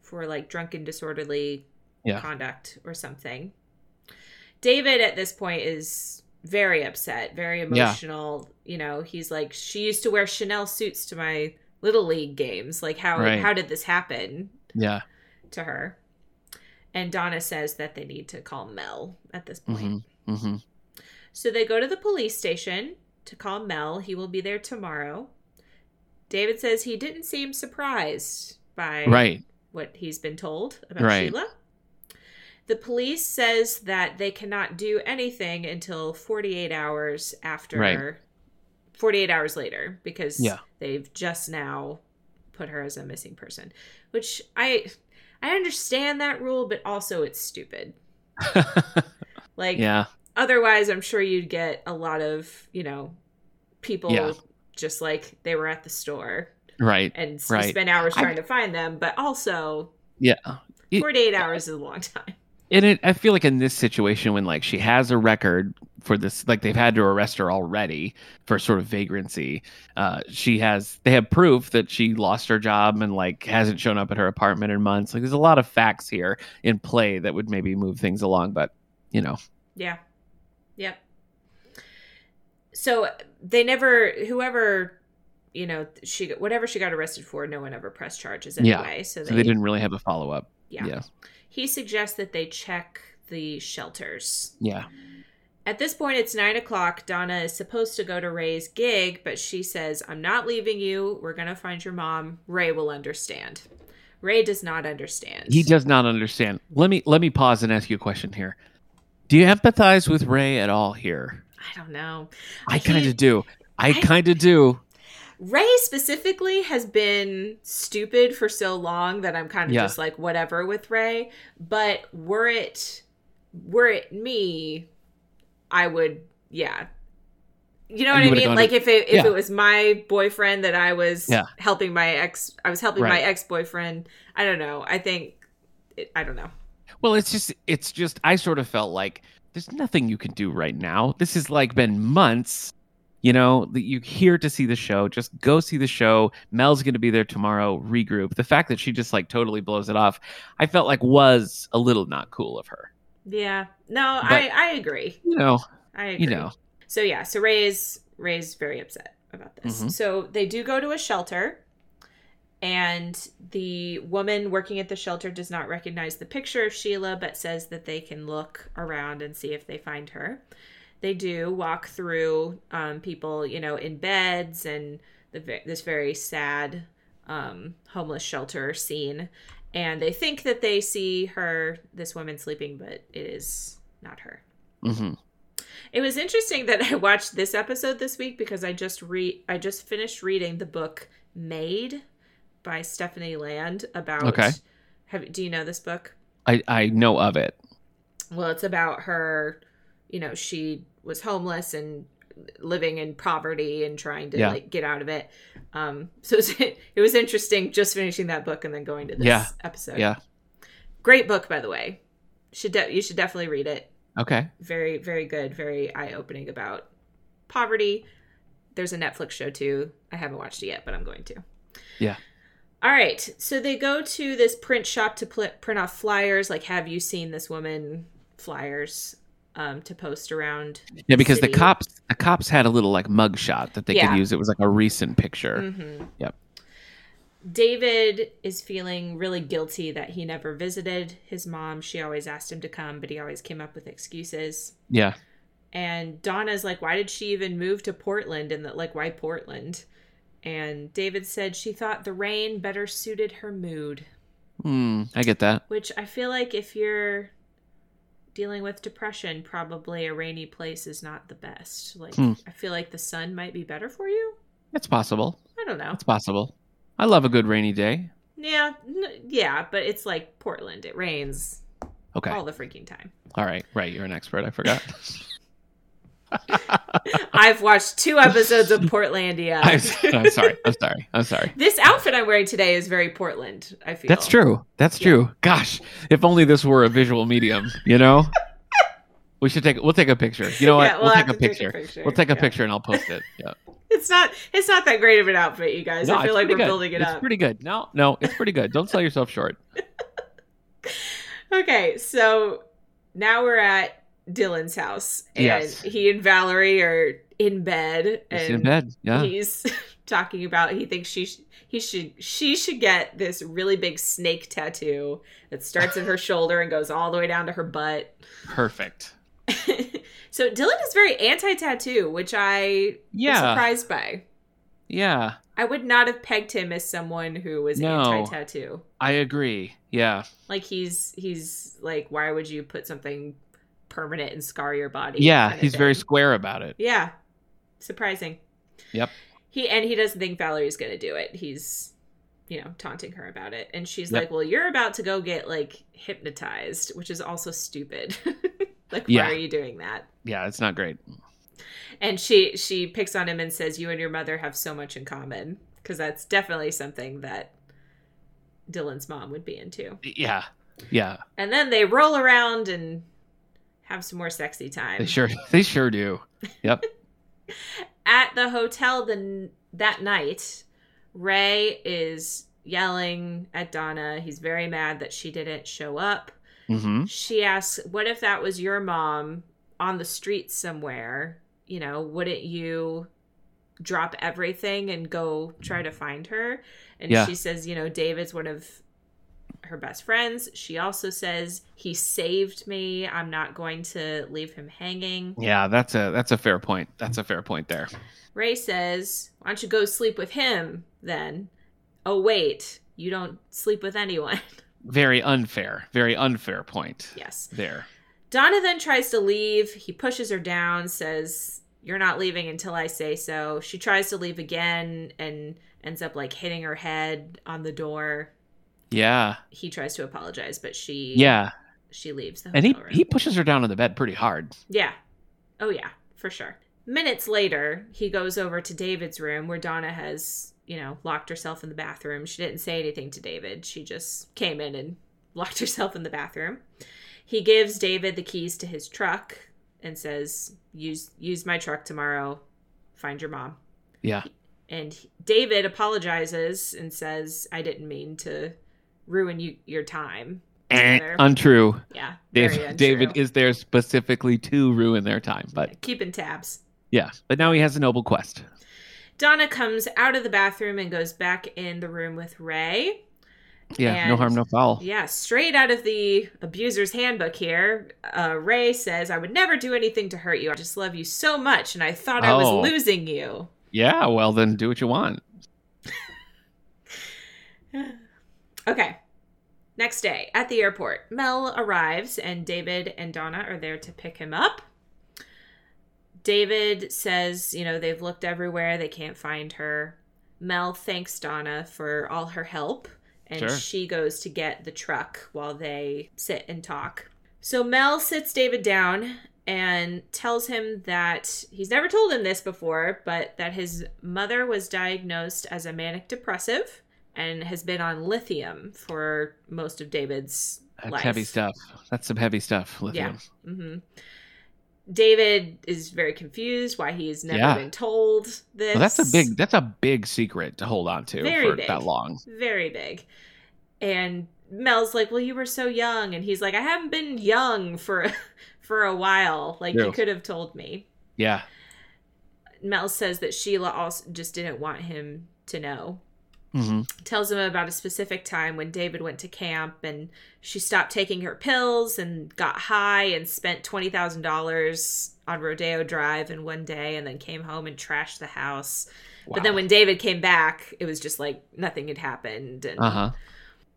Speaker 2: for like drunken disorderly
Speaker 1: Yeah.
Speaker 2: conduct or something. David at this point is very upset, very emotional. You know, he's like, she used to wear Chanel suits to my little league games. Like, how
Speaker 1: Right.
Speaker 2: how did this happen
Speaker 1: Yeah.
Speaker 2: to her? And Donna says that they need to call Mel at this point.
Speaker 1: hmm hmm
Speaker 2: So they go to the police station to call Mel. He will be there tomorrow. David says he didn't seem surprised by
Speaker 1: Right. [laughs]
Speaker 2: what he's been told about
Speaker 1: Right.
Speaker 2: Sheila. The police says that they cannot do anything until 48 hours after 48 hours later because
Speaker 1: Yeah.
Speaker 2: they've just now put her as a missing person, which I I understand that rule but also it's stupid. Like
Speaker 1: yeah.
Speaker 2: otherwise i'm sure you'd get a lot of you know people
Speaker 1: Yeah.
Speaker 2: just like they were at the store
Speaker 1: right?
Speaker 2: and s-
Speaker 1: Right.
Speaker 2: spend hours
Speaker 1: I-
Speaker 2: trying to find them, but also
Speaker 1: Yeah. It-
Speaker 2: four to eight hours is a long time. [laughs]
Speaker 1: And it, I feel like in this situation, when like she has a record for this, like they've had to arrest her already for sort of vagrancy. Uh, she has, they have proof that she lost her job and like hasn't shown up at her apartment in months. Like there's a lot of facts here in play that would maybe move things along, but you know,
Speaker 2: Yeah. Yep. So they never, whoever, you know, she whatever she got arrested for, no one ever pressed charges
Speaker 1: Yeah.
Speaker 2: anyway. So,
Speaker 1: so they didn't really have a follow up.
Speaker 2: Yeah.
Speaker 1: Yeah.
Speaker 2: He suggests that they check the shelters.
Speaker 1: Yeah.
Speaker 2: At this point, it's nine o'clock. Donna is supposed to go to Ray's gig, but she says, I'm not leaving you. We're going to find your mom. Ray will understand. Ray does not understand.
Speaker 1: He does not understand. Let me, let me pause and ask you a question here. Do you empathize with Ray at all here?
Speaker 2: I don't know.
Speaker 1: I
Speaker 2: He-
Speaker 1: kind of do. I
Speaker 2: I-
Speaker 1: kind of do.
Speaker 2: Ray specifically has been stupid for so long that I'm kind of
Speaker 1: Yeah.
Speaker 2: just like whatever with Ray. But were it were it me, I would yeah. You know what
Speaker 1: You
Speaker 2: I
Speaker 1: would've
Speaker 2: mean?
Speaker 1: gone to-
Speaker 2: Like if it if
Speaker 1: Yeah.
Speaker 2: it was my boyfriend that I was
Speaker 1: Yeah.
Speaker 2: helping my ex I was helping my
Speaker 1: Right.
Speaker 2: ex boyfriend. I don't know. I think it, I don't know.
Speaker 1: Well, it's just it's just I sort of felt like there's nothing you can do right now. This has like been months, you know, that you're here to see the show. Just go see the show. Mel's gonna be there tomorrow, regroup. The fact that she just like totally blows it off, I felt like was a little not cool of her.
Speaker 2: Yeah. No,
Speaker 1: But-
Speaker 2: I I agree.
Speaker 1: You know,
Speaker 2: I agree.
Speaker 1: you know.
Speaker 2: So yeah, so Ray's Ray's very upset about this.
Speaker 1: Mhm.
Speaker 2: So they do go to a shelter, and the woman working at the shelter does not recognize the picture of Sheila, but says that they can look around and see if they find her. They do walk through um, people, you know, in beds and the, ve- this very sad um, homeless shelter scene, and they think that they see her, this woman sleeping, but it is not her.
Speaker 1: Mhm.
Speaker 2: It was interesting that [laughs] I watched this episode this week because I just re I just finished reading the book Made by Stephanie Land about
Speaker 1: Okay.
Speaker 2: have do you know this book?
Speaker 1: I I know of it.
Speaker 2: Well, it's about her, you know, she was homeless and living in poverty and trying to
Speaker 1: Yeah.
Speaker 2: like get out of it. Um so it's, [laughs] it was interesting just finishing that book and then going to this
Speaker 1: Yeah.
Speaker 2: episode.
Speaker 1: Yeah.
Speaker 2: Great book by the way. Should de- you should definitely read it
Speaker 1: Okay.
Speaker 2: very very good very eye-opening about poverty there's a netflix show too i haven't watched it yet but i'm going to
Speaker 1: Yeah.
Speaker 2: all right so they go to this print shop to pl- print off flyers like have you seen this woman flyers um, to post around
Speaker 1: Yeah, because
Speaker 2: City.
Speaker 1: the cops the cops had a little like mug shot that they
Speaker 2: Yeah.
Speaker 1: could use. It was like a recent picture.
Speaker 2: Mhm.
Speaker 1: Yep.
Speaker 2: David is feeling really guilty that he never visited his mom. She always asked him to come, but he always came up with excuses.
Speaker 1: Yeah.
Speaker 2: and Donna's like, why did she even move to Portland? And that, like, why Portland? And David said she thought the rain better suited her mood,
Speaker 1: Hmm. I get that.
Speaker 2: which I feel like if you're dealing with depression, probably a rainy place is not the best. Like,
Speaker 1: Hmm.
Speaker 2: I feel like the sun might be better for you.
Speaker 1: It's possible.
Speaker 2: I don't know.
Speaker 1: It's possible. I love a good rainy day.
Speaker 2: Yeah, n- yeah, but it's like Portland. It rains
Speaker 1: Okay.
Speaker 2: all the freaking time.
Speaker 1: All right, right. You're an expert. I
Speaker 2: [laughs]
Speaker 1: forgot. [laughs]
Speaker 2: I've watched two
Speaker 1: [laughs]
Speaker 2: episodes of Portlandia.
Speaker 1: I'm, I'm sorry. I'm sorry. I'm sorry.
Speaker 2: [laughs] This outfit I'm wearing today is very Portland. I feel
Speaker 1: That's true. That's true. Gosh, if only this were a visual medium, you know? we should take we'll take a picture. You know what?
Speaker 2: Yeah,
Speaker 1: we'll,
Speaker 2: have
Speaker 1: take a picture.
Speaker 2: to
Speaker 1: We'll take a
Speaker 2: Yeah.
Speaker 1: picture and I'll post it. Yeah.
Speaker 2: It's not it's not that great of an outfit, you [laughs] guys.
Speaker 1: No,
Speaker 2: I feel
Speaker 1: it's
Speaker 2: like
Speaker 1: pretty
Speaker 2: we're
Speaker 1: good.
Speaker 2: building it
Speaker 1: it's
Speaker 2: up.
Speaker 1: pretty good. No, no, it's pretty good. Don't sell yourself short.
Speaker 2: Okay, so now we're at Dylan's house, and
Speaker 1: Yes.
Speaker 2: he and Valerie are in bed,
Speaker 1: It's
Speaker 2: and
Speaker 1: in bed. Yeah.
Speaker 2: he's [laughs] talking about he thinks she sh- he should she should get this really big snake tattoo that
Speaker 1: [laughs]
Speaker 2: starts at her shoulder and goes all the way down to her butt. [laughs]
Speaker 1: Perfect.
Speaker 2: so Dylan is very anti-tattoo, which I was
Speaker 1: Yeah.
Speaker 2: surprised by.
Speaker 1: Yeah.
Speaker 2: I would not have pegged him as someone who was
Speaker 1: No.
Speaker 2: anti-tattoo.
Speaker 1: I agree. Yeah.
Speaker 2: Like he's he's like, why would you put something permanent and scar your body?
Speaker 1: Yeah.
Speaker 2: kind of
Speaker 1: He's very
Speaker 2: thing.
Speaker 1: square about it.
Speaker 2: yeah, surprising.
Speaker 1: Yep.
Speaker 2: He and he doesn't think Valerie's gonna do it. He's you know taunting her about it, and she's
Speaker 1: Yep.
Speaker 2: like, "Well, you're about to go get like hypnotized," which is also stupid. [laughs] like,
Speaker 1: Yeah.
Speaker 2: why are you doing that?
Speaker 1: Yeah, it's not great.
Speaker 2: and she she picks on him and says you and your mother have so much in common because that's definitely something that dylan's mom would be into
Speaker 1: Yeah. Yeah.
Speaker 2: and then they roll around and have some more sexy time
Speaker 1: They sure [laughs] they sure do.
Speaker 2: at the hotel the n- that night ray is yelling at donna he's very mad that she didn't show up
Speaker 1: hmm
Speaker 2: she asks what if that was your mom on the street somewhere you know wouldn't you drop everything and go try to find her and
Speaker 1: Yeah.
Speaker 2: she says you know david's one of her best friends she also says he saved me i'm not going to leave him hanging
Speaker 1: Yeah, that's a that's a fair point. That's a fair point there.
Speaker 2: ray says why don't you go sleep with him then oh wait you don't sleep with anyone [laughs]
Speaker 1: Very unfair. Very unfair point
Speaker 2: yes
Speaker 1: there.
Speaker 2: Donna then tries to leave. He pushes her down, says, You're not leaving until I say so. She tries to leave again and ends up like hitting her head on the door.
Speaker 1: Yeah.
Speaker 2: He tries to apologize, but she
Speaker 1: Yeah.
Speaker 2: she leaves the
Speaker 1: And
Speaker 2: hotel
Speaker 1: he
Speaker 2: room.
Speaker 1: he pushes her down on the bed pretty hard.
Speaker 2: Yeah. Oh yeah, for sure. Minutes later, he goes over to David's room where Donna has, you know, locked herself in the bathroom. She didn't say anything to David. She just came in and [laughs] locked herself in the bathroom. He gives David the keys to his truck and says, "Use use my truck tomorrow. Find your mom."
Speaker 1: Yeah.
Speaker 2: And he- David apologizes and says, "I didn't mean to ruin you your time."
Speaker 1: Eh,
Speaker 2: There.
Speaker 1: untrue.
Speaker 2: Yeah. very
Speaker 1: David, David
Speaker 2: untrue.
Speaker 1: is there specifically to ruin their time, but
Speaker 2: keeping tabs.
Speaker 1: yeah. But now he has a noble quest.
Speaker 2: Donna comes out of the bathroom and goes back in the room with Ray.
Speaker 1: Yeah, no
Speaker 2: And-
Speaker 1: harm, no foul.
Speaker 2: Yeah, straight out of the abuser's handbook here. Uh, Ray says, I would never do anything to hurt you. I just love you so much, and I thought I
Speaker 1: Oh.
Speaker 2: was losing you.
Speaker 1: Yeah, well then do what you want.
Speaker 2: Okay. Next day at the airport, Mel arrives and David and Donna are there to pick him up. David says, you know, they've looked everywhere, they can't find her. Mel thanks Donna for all her help and
Speaker 1: Sure.
Speaker 2: she goes to get the truck while they sit and talk. So Mel sits David down and tells him that he's never told him this before, but that his mother was diagnosed as a manic depressive and has been on lithium for most of David's
Speaker 1: That's
Speaker 2: life.
Speaker 1: heavy stuff. That's some heavy stuff, lithium.
Speaker 2: hmm David is very confused why he has never
Speaker 1: Yeah.
Speaker 2: been told this.
Speaker 1: Well, that's a big that's a big secret to hold on to
Speaker 2: Very
Speaker 1: for
Speaker 2: big.
Speaker 1: that long.
Speaker 2: very big. And Mel's like, "Well, you were so young," and he's like, "I haven't been young for [laughs] for a while. Like you
Speaker 1: Yeah.
Speaker 2: could have told me."
Speaker 1: Yeah.
Speaker 2: Mel says that Sheila also just didn't want him to know.
Speaker 1: hmm
Speaker 2: Tells him about a specific time when David went to camp and she stopped taking her pills and got high and spent twenty thousand dollars on Rodeo Drive in one day and then came home and trashed the house. But then when David came back, it was just like nothing had happened. And
Speaker 1: uh huh.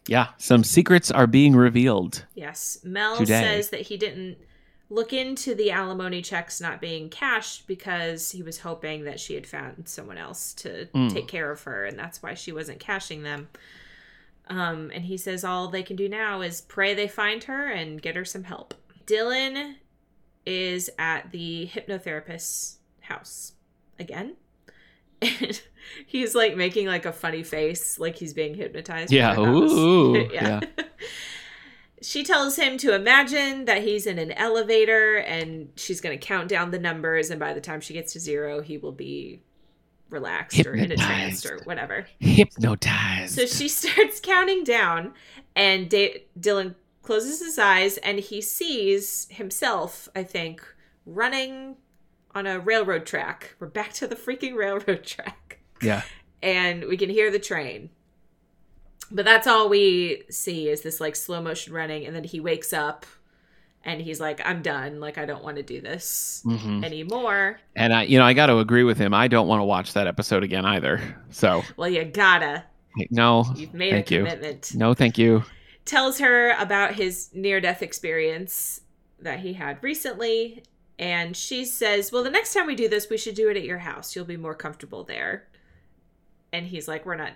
Speaker 1: Yeah, some secrets are being revealed.
Speaker 2: Yes. Mel
Speaker 1: Today.
Speaker 2: says that he didn't look into the alimony checks not being cashed because he was hoping that she had found someone else to
Speaker 1: Mm.
Speaker 2: take care of her, and that's why she wasn't cashing them. Um, and he says all they can do now is pray they find her and get her some help. Dylan is at the hypnotherapist's house again. [laughs] And he's like making like a funny face, like he's being hypnotized. which I
Speaker 1: Yeah.
Speaker 2: thought was-
Speaker 1: Ooh.
Speaker 2: [laughs] yeah.
Speaker 1: yeah.
Speaker 2: She tells him to imagine that he's in an elevator and she's going to count down the numbers. And by the time she gets to zero, he will be relaxed or in a trance or
Speaker 1: Hypnotized.
Speaker 2: whatever.
Speaker 1: Hypnotized.
Speaker 2: So she [laughs] starts counting down, and da- Dylan closes his eyes and he sees himself, I think, running on a railroad track. We're back to the freaking railroad [laughs] track
Speaker 1: yeah.
Speaker 2: and we can hear the train. But that's all we see is this like slow motion running, and then he wakes up and he's like, I'm done. Like, I don't want to do this
Speaker 1: hmm
Speaker 2: anymore.
Speaker 1: And I, you know, I got to agree with him. I don't want to watch that episode again either. So
Speaker 2: Well, you gotta.
Speaker 1: no,
Speaker 2: You've made
Speaker 1: Thank
Speaker 2: a
Speaker 1: you.
Speaker 2: commitment.
Speaker 1: no, thank you.
Speaker 2: Tells her about his near death experience that he had recently. And she says, Well, the next time we do this, we should do it at your house. You'll be more comfortable there. And he's like, We're not.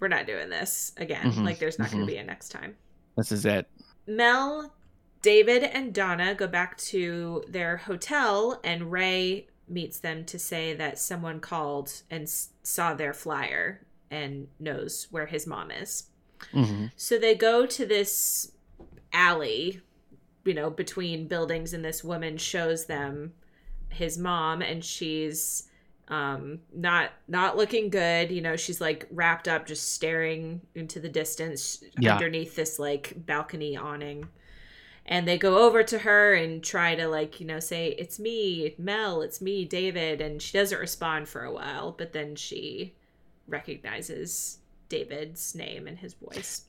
Speaker 2: We're not doing this again.
Speaker 1: Mhm,
Speaker 2: Like, there's not going
Speaker 1: mhm.
Speaker 2: to be a next time.
Speaker 1: This is it.
Speaker 2: Mel, David, and Donna go back to their hotel, and Ray meets them to say that someone called and s- saw their flyer and knows where his mom is.
Speaker 1: Mhm.
Speaker 2: So they go to this alley, you know, between buildings, and this woman shows them his mom, and she's um not not looking good you know she's like wrapped up just staring into the distance
Speaker 1: Yeah.
Speaker 2: underneath this like balcony awning and they go over to her and try to like you know say it's me mel it's me david and she doesn't respond for a while but then she recognizes david's name and his voice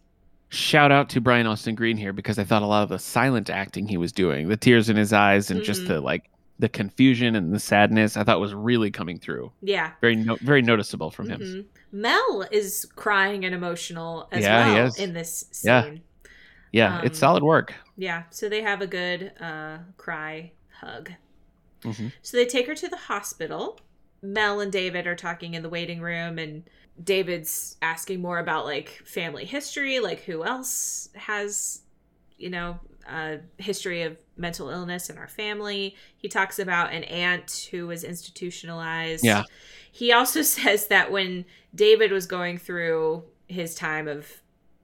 Speaker 1: Shout out to Brian Austin Green here because I thought a lot of the silent acting he was doing, the tears in his eyes, and just
Speaker 2: Mhm.
Speaker 1: the like the confusion and the sadness, I thought was really coming through.
Speaker 2: yeah
Speaker 1: Very no- very noticeable from him.
Speaker 2: mhm. mel is crying and emotional as
Speaker 1: Yeah, he
Speaker 2: well
Speaker 1: is.
Speaker 2: in this scene
Speaker 1: Yeah. Yeah, it's
Speaker 2: Um,
Speaker 1: solid work.
Speaker 2: Yeah, so they have a good uh, cry hug.
Speaker 1: Mhm.
Speaker 2: So they take her to the hospital. Mel and David are talking in the waiting room, and David's asking more about like family history, like who else has, you know, a history of mental illness in our family. He talks about an aunt who was institutionalized.
Speaker 1: Yeah.
Speaker 2: He also [laughs] says that when David was going through his time of,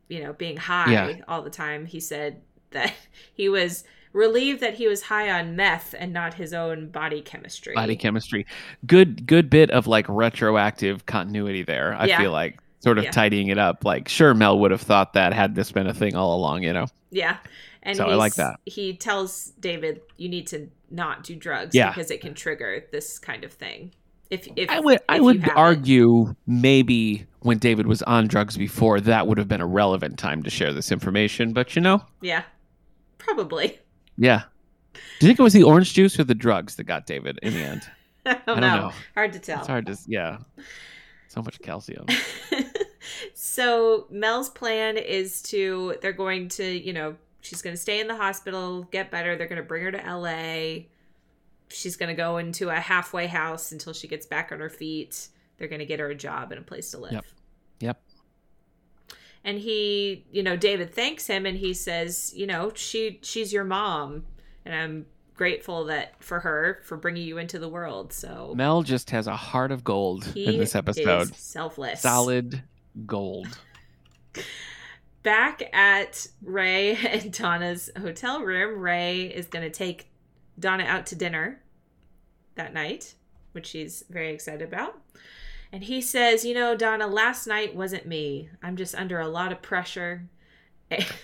Speaker 2: you know, being high
Speaker 1: Yeah.
Speaker 2: all the time, he said that he was relieved that he was high on meth and not his own body chemistry.
Speaker 1: Body chemistry. Good good bit of like retroactive continuity there. I
Speaker 2: Yeah.
Speaker 1: feel like sort of
Speaker 2: Yeah.
Speaker 1: tidying it up. Like sure Mel would have thought that had this been a thing all along, you know.
Speaker 2: Yeah. And
Speaker 1: So I
Speaker 2: he's-
Speaker 1: like that.
Speaker 2: He tells David, "You need to not do drugs
Speaker 1: Yeah.
Speaker 2: because it can trigger this kind of thing." If if
Speaker 1: I would I
Speaker 2: if you
Speaker 1: would
Speaker 2: haven't.
Speaker 1: argue maybe when David was on drugs before that would have been a relevant time to share this information, but you know,
Speaker 2: yeah, probably. [laughs]
Speaker 1: yeah. Do you think it was the orange juice or the drugs that got David in the end?
Speaker 2: [laughs] I don't,
Speaker 1: I don't
Speaker 2: know.
Speaker 1: know.
Speaker 2: Hard to tell.
Speaker 1: It's hard to yeah. So much
Speaker 2: [laughs]
Speaker 1: calcium.
Speaker 2: so Mel's plan is to they're going to, you know, she's going to stay in the hospital, get better, they're going to bring her to LA. She's going to go into a halfway house until she gets back on her feet. They're going to get her a job and a place to live.
Speaker 1: Yep. Yep.
Speaker 2: And he, you know, David thanks him and he says, you know, she she's your mom and I'm grateful that for her for bringing you into the world. So
Speaker 1: Mel just has a heart of gold
Speaker 2: he
Speaker 1: in this episode.
Speaker 2: is selfless.
Speaker 1: Solid gold.
Speaker 2: back at Ray [laughs] and Donna's hotel room, Ray is going to take Donna out to dinner that night, which she's very excited about. And he says, You know, Donna, last night wasn't me. I'm just under a lot of pressure.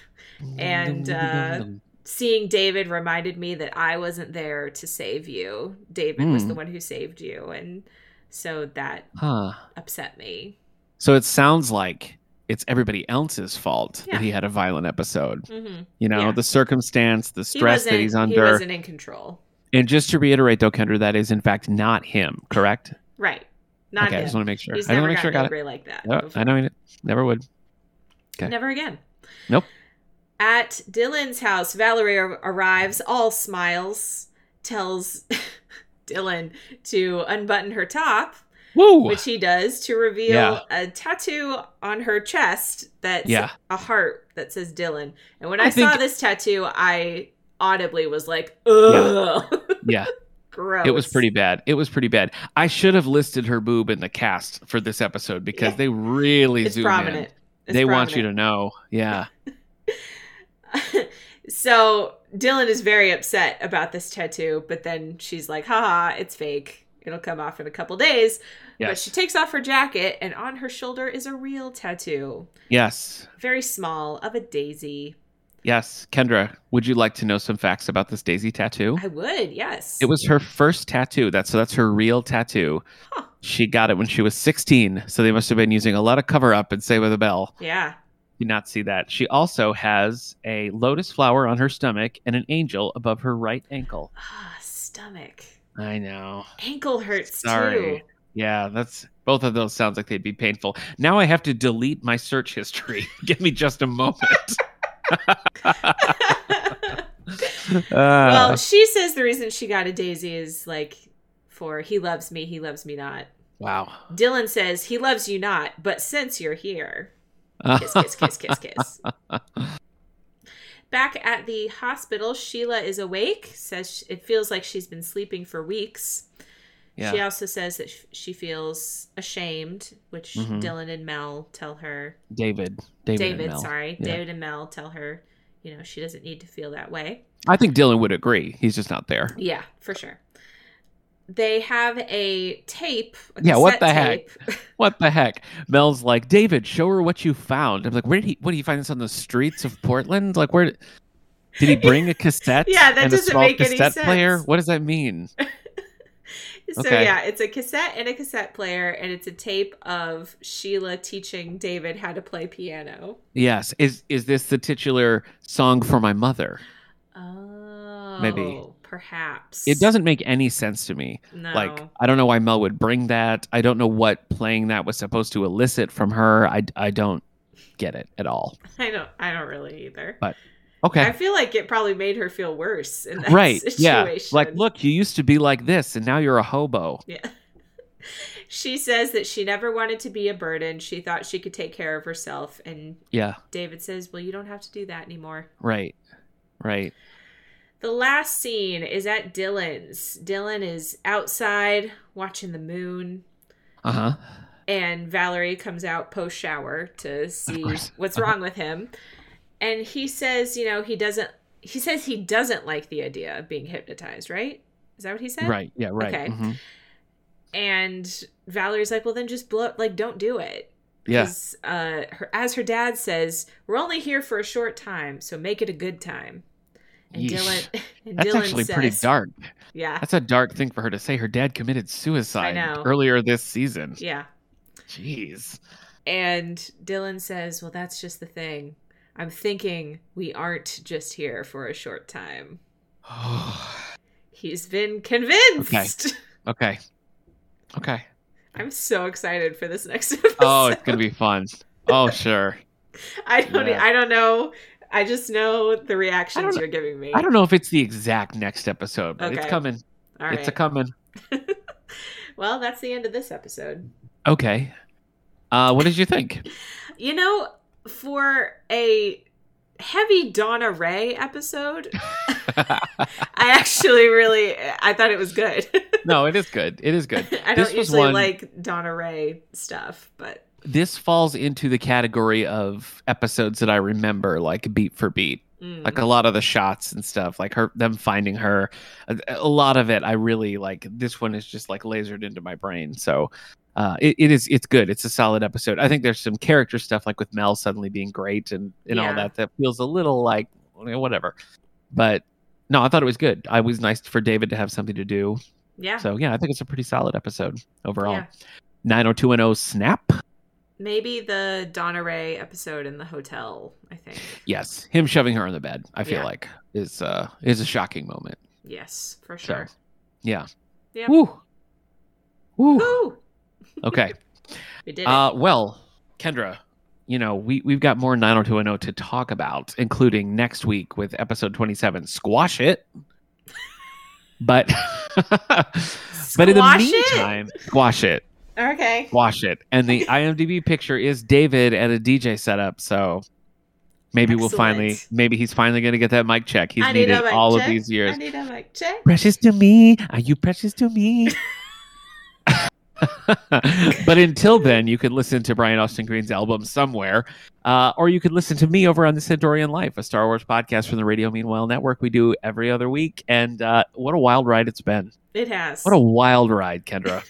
Speaker 2: [laughs] And, uh, Seeing David reminded me that I wasn't there to save you. David was
Speaker 1: Hmm.
Speaker 2: the one who saved you. And so that
Speaker 1: huh.
Speaker 2: upset me.
Speaker 1: So it sounds like it's everybody else's fault
Speaker 2: Yeah.
Speaker 1: that he had a violent episode.
Speaker 2: Mm-hmm.
Speaker 1: You know,
Speaker 2: Yeah.
Speaker 1: the circumstance, the
Speaker 2: He
Speaker 1: stress
Speaker 2: wasn't,
Speaker 1: that he's
Speaker 2: he
Speaker 1: under.
Speaker 2: wasn't in control.
Speaker 1: And just to reiterate, though, Kendra, that is in fact not him, correct?
Speaker 2: Right. Not
Speaker 1: okay, I
Speaker 2: him.
Speaker 1: just want to make sure.
Speaker 2: He's
Speaker 1: I
Speaker 2: never
Speaker 1: want to make sure I
Speaker 2: gotten
Speaker 1: got it.
Speaker 2: angry like that.
Speaker 1: No,
Speaker 2: before.
Speaker 1: I know he never would. okay.
Speaker 2: Never again.
Speaker 1: Nope.
Speaker 2: At Dylan's house, Valerie ar- arrives, all smiles, tells [laughs] Dylan to unbutton her top,
Speaker 1: Woo!
Speaker 2: which he does, to reveal
Speaker 1: Yeah.
Speaker 2: a tattoo on her chest that's
Speaker 1: Yeah.
Speaker 2: a heart that says Dylan. And when I,
Speaker 1: I
Speaker 2: saw
Speaker 1: think-
Speaker 2: this tattoo, I audibly was like, ugh,
Speaker 1: yeah,
Speaker 2: [laughs] gross.
Speaker 1: it was pretty bad. It was pretty bad. I should have listed her boob in the cast for this episode because
Speaker 2: Yeah.
Speaker 1: they really
Speaker 2: It's
Speaker 1: zoom in.
Speaker 2: prominent. It's
Speaker 1: they want you
Speaker 2: prominent.
Speaker 1: to know. Yeah.
Speaker 2: so Dylan is very upset about this tattoo, but then she's like, haha, it's fake. It'll come off in a couple days. But
Speaker 1: Yes.
Speaker 2: she takes off her jacket, and on her shoulder is a real tattoo,
Speaker 1: Yes.
Speaker 2: very small, of a daisy.
Speaker 1: Yes. Kendra, would you like to know some facts about this Daisy tattoo?
Speaker 2: I would, yes.
Speaker 1: It was her first tattoo. That's so that's her real tattoo.
Speaker 2: Huh.
Speaker 1: She got it when she was 16, so they must have been using a lot of cover up and Save with a Bell.
Speaker 2: Yeah.
Speaker 1: Did not see that. She also has a lotus flower on her stomach and an angel above her right ankle.
Speaker 2: Ah, stomach.
Speaker 1: I know.
Speaker 2: Ankle hurts
Speaker 1: Sorry. [laughs]
Speaker 2: too.
Speaker 1: Yeah, that's both of those sounds like they'd be painful. Now I have to delete my search history. [laughs] Give me just a moment.
Speaker 2: [laughs] well,
Speaker 1: Ah,
Speaker 2: she says the reason she got a daisy is like for he loves me, he loves me not.
Speaker 1: wow.
Speaker 2: Dylan says he loves you not, but since you're here,
Speaker 1: [laughs]
Speaker 2: kiss, kiss, kiss, kiss, kiss. Back at the hospital, Sheila is awake, says sh- it feels like she's been sleeping for weeks.
Speaker 1: Yeah.
Speaker 2: She also says that sh- she feels ashamed, which
Speaker 1: Mhm.
Speaker 2: Dylan and Mel tell her.
Speaker 1: David. David. and
Speaker 2: David,
Speaker 1: Mel.
Speaker 2: sorry.
Speaker 1: Yeah.
Speaker 2: David and Mel tell her, you know, she doesn't need to feel that way.
Speaker 1: I think Dylan would agree. He's just not there.
Speaker 2: Yeah, for sure. They have a tape. a
Speaker 1: Yeah, what
Speaker 2: cassette
Speaker 1: the heck?
Speaker 2: tape.
Speaker 1: What the heck? Mel's like, David, show her what you found. I'm like, where did he? What do you find this on the streets of Portland? Like, where did he bring a cassette?
Speaker 2: [laughs] Yeah, that
Speaker 1: and a
Speaker 2: doesn't
Speaker 1: small
Speaker 2: make any
Speaker 1: cassette player.
Speaker 2: sense.
Speaker 1: What does that mean?
Speaker 2: So
Speaker 1: Okay.
Speaker 2: yeah, it's a cassette and a cassette player, and it's a tape of Sheila teaching David how to play piano.
Speaker 1: Yes, is is this the titular song for my mother?
Speaker 2: Oh, perhaps
Speaker 1: It doesn't make any sense to me.
Speaker 2: No.
Speaker 1: Like, I don't know why Mel would bring that. I don't know what playing that was supposed to elicit from her. I I don't get it at all.
Speaker 2: [laughs] I don't. I don't really either.
Speaker 1: Okay.
Speaker 2: I feel like it probably made her feel worse in that [laughs]
Speaker 1: right yeah
Speaker 2: situation.
Speaker 1: like look you used to be like this and now you're a hobo
Speaker 2: Yeah. [laughs] She says that she never wanted to be a burden. She thought she could take care of herself. And
Speaker 1: yeah
Speaker 2: David says, Well, you don't have to do that anymore.
Speaker 1: right right
Speaker 2: The last scene is at Dylan's. Dylan is outside watching the moon,
Speaker 1: uh-huh
Speaker 2: and Valerie comes out post shower to see
Speaker 1: course. Uh-huh.
Speaker 2: what's wrong with him. And he says, You know, he doesn't, he says he doesn't like the idea of being hypnotized, right? Is that what he said?
Speaker 1: right yeah right
Speaker 2: Okay.
Speaker 1: mhm.
Speaker 2: And Valerie's like, Well, then just blow, like, don't do it.
Speaker 1: yeah
Speaker 2: 'Cause, Uh, her, as her dad says, we're only here for a short time, so make it a good time. And
Speaker 1: Yeesh.
Speaker 2: Dylan, [laughs] and
Speaker 1: that's
Speaker 2: Dylan
Speaker 1: actually
Speaker 2: says,
Speaker 1: pretty dark
Speaker 2: Yeah,
Speaker 1: that's a dark thing for her to say her dad committed suicide
Speaker 2: know.
Speaker 1: earlier this season
Speaker 2: yeah.
Speaker 1: jeez [sighs]
Speaker 2: And Dylan says, well, that's just the thing. I'm thinking we aren't just here for a short time. He's been convinced.
Speaker 1: okay okay
Speaker 2: [laughs] I'm so excited for this next [laughs] episode.
Speaker 1: oh it's gonna be fun oh sure
Speaker 2: I don't. e-,
Speaker 1: yeah.
Speaker 2: I don't know. I just know the reactions
Speaker 1: know-
Speaker 2: you're giving me.
Speaker 1: i don't know if it's the exact next episode but it's
Speaker 2: Okay.
Speaker 1: coming
Speaker 2: All
Speaker 1: it's a
Speaker 2: right.
Speaker 1: coming
Speaker 2: well, that's the end of this episode.
Speaker 1: okay uh what did you think [laughs]
Speaker 2: You know, for a heavy Donna Ray
Speaker 1: [laughs]
Speaker 2: episode, I actually really I thought it was good.
Speaker 1: no it is good it is good
Speaker 2: [laughs] I
Speaker 1: This
Speaker 2: don't
Speaker 1: was
Speaker 2: usually
Speaker 1: one-
Speaker 2: like Donna Ray stuff, but
Speaker 1: this falls into the category of episodes that I remember, like beat for beat,
Speaker 2: mm,
Speaker 1: like a lot of the shots and stuff, like her them finding her. A, a lot of it, I really like. This one is just like lasered into my brain, so. Uh, it, it is it's good it's a solid episode i think there's some character stuff like with mel suddenly being great and and all
Speaker 2: Yeah.
Speaker 1: that that feels a little like you know, whatever but no i thought it was good i was nice for david to have something to do
Speaker 2: yeah,
Speaker 1: so yeah i think it's a pretty solid episode overall
Speaker 2: yeah.
Speaker 1: 90210 snap
Speaker 2: Maybe the Donna Ray episode in the hotel. I think
Speaker 1: Yes, him shoving her on the bed. I feel
Speaker 2: Yeah.
Speaker 1: like is uh is a shocking moment.
Speaker 2: yes, for
Speaker 1: So,
Speaker 2: sure.
Speaker 1: yeah.
Speaker 2: Yeah.
Speaker 1: Woo. Woo.
Speaker 2: Woo,
Speaker 1: Okay.
Speaker 2: we did it.
Speaker 1: Uh, well, Kendra, you know we we've got more 90210 to talk about, including next week with episode 27, squash it. But [laughs] but in the
Speaker 2: Squash it?
Speaker 1: meantime, squash it,
Speaker 2: okay.
Speaker 1: squash it, and the IMDb picture is David at a DJ setup. So. Maybe we'll finally,
Speaker 2: Excellent.
Speaker 1: maybe he's finally going to get that mic check. He's
Speaker 2: I need
Speaker 1: needed
Speaker 2: a mic
Speaker 1: all
Speaker 2: check.
Speaker 1: of these years.
Speaker 2: I need a mic check.
Speaker 1: precious to me. Are you precious to me? [laughs] but until then, you can listen to Brian Austin Green's album somewhere, uh, or you could listen to me over on the Centaurian Life, a Star Wars podcast from the Radio Meanwhile Network. We do every other week, and uh, what a wild ride it's been!
Speaker 2: It has.
Speaker 1: What a wild ride, Kendra.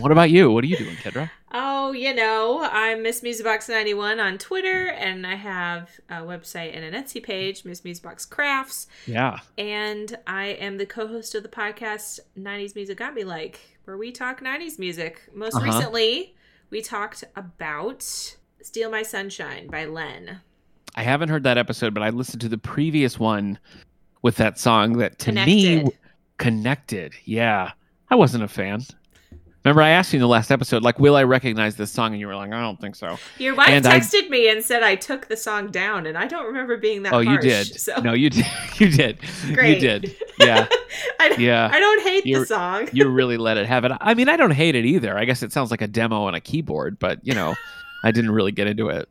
Speaker 1: what about you? What are you doing, Kendra?
Speaker 2: Oh, you know, I'm Miss Musebox91 on Twitter, and I have a website and an Etsy page, Miss Musebox Crafts.
Speaker 1: Yeah,
Speaker 2: And I am the co host of the podcast 90s Music Got Me Like, where we talk 90s music. Most
Speaker 1: Uh-huh.
Speaker 2: recently, we talked about Steal My Sunshine by Len.
Speaker 1: I haven't heard that episode, but I listened to the previous one with that song that to me
Speaker 2: Connected.
Speaker 1: connected. Yeah. I wasn't a fan. Remember, I asked you in the last episode, like, will I recognize this song? And you were like, I don't think so.
Speaker 2: Your wife
Speaker 1: And I-
Speaker 2: texted me and said I took the song down, and I don't remember being that
Speaker 1: oh, you
Speaker 2: harsh,
Speaker 1: did.
Speaker 2: So
Speaker 1: No, [laughs] you did. You did.
Speaker 2: [laughs] Great.
Speaker 1: You did. Yeah.
Speaker 2: I, don't-
Speaker 1: Yeah.
Speaker 2: [laughs] I don't hate the
Speaker 1: You're-
Speaker 2: song.
Speaker 1: You really let it have it. I mean, I don't hate it either. I guess it sounds like a demo on a keyboard, but, you
Speaker 2: [laughs]
Speaker 1: know, I didn't really get into it.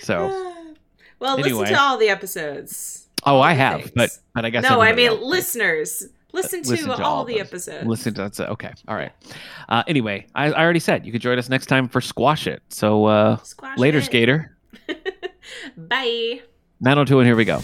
Speaker 1: So,
Speaker 2: [sighs] well,
Speaker 1: Anyway.
Speaker 2: listen to all the episodes.
Speaker 1: oh, I
Speaker 2: Other
Speaker 1: have, but
Speaker 2: things.
Speaker 1: but I guess
Speaker 2: no, I
Speaker 1: everybody
Speaker 2: mean
Speaker 1: else did.
Speaker 2: listeners. Listen to,
Speaker 1: Listen to
Speaker 2: all,
Speaker 1: all
Speaker 2: the
Speaker 1: those.
Speaker 2: episodes.
Speaker 1: Listen to that's okay. All right. Uh, anyway, I, I already said you can join us next time for squash it. So uh,
Speaker 2: Squash
Speaker 1: later,
Speaker 2: it.
Speaker 1: skater.
Speaker 2: [laughs] Bye.
Speaker 1: 902 and here we go.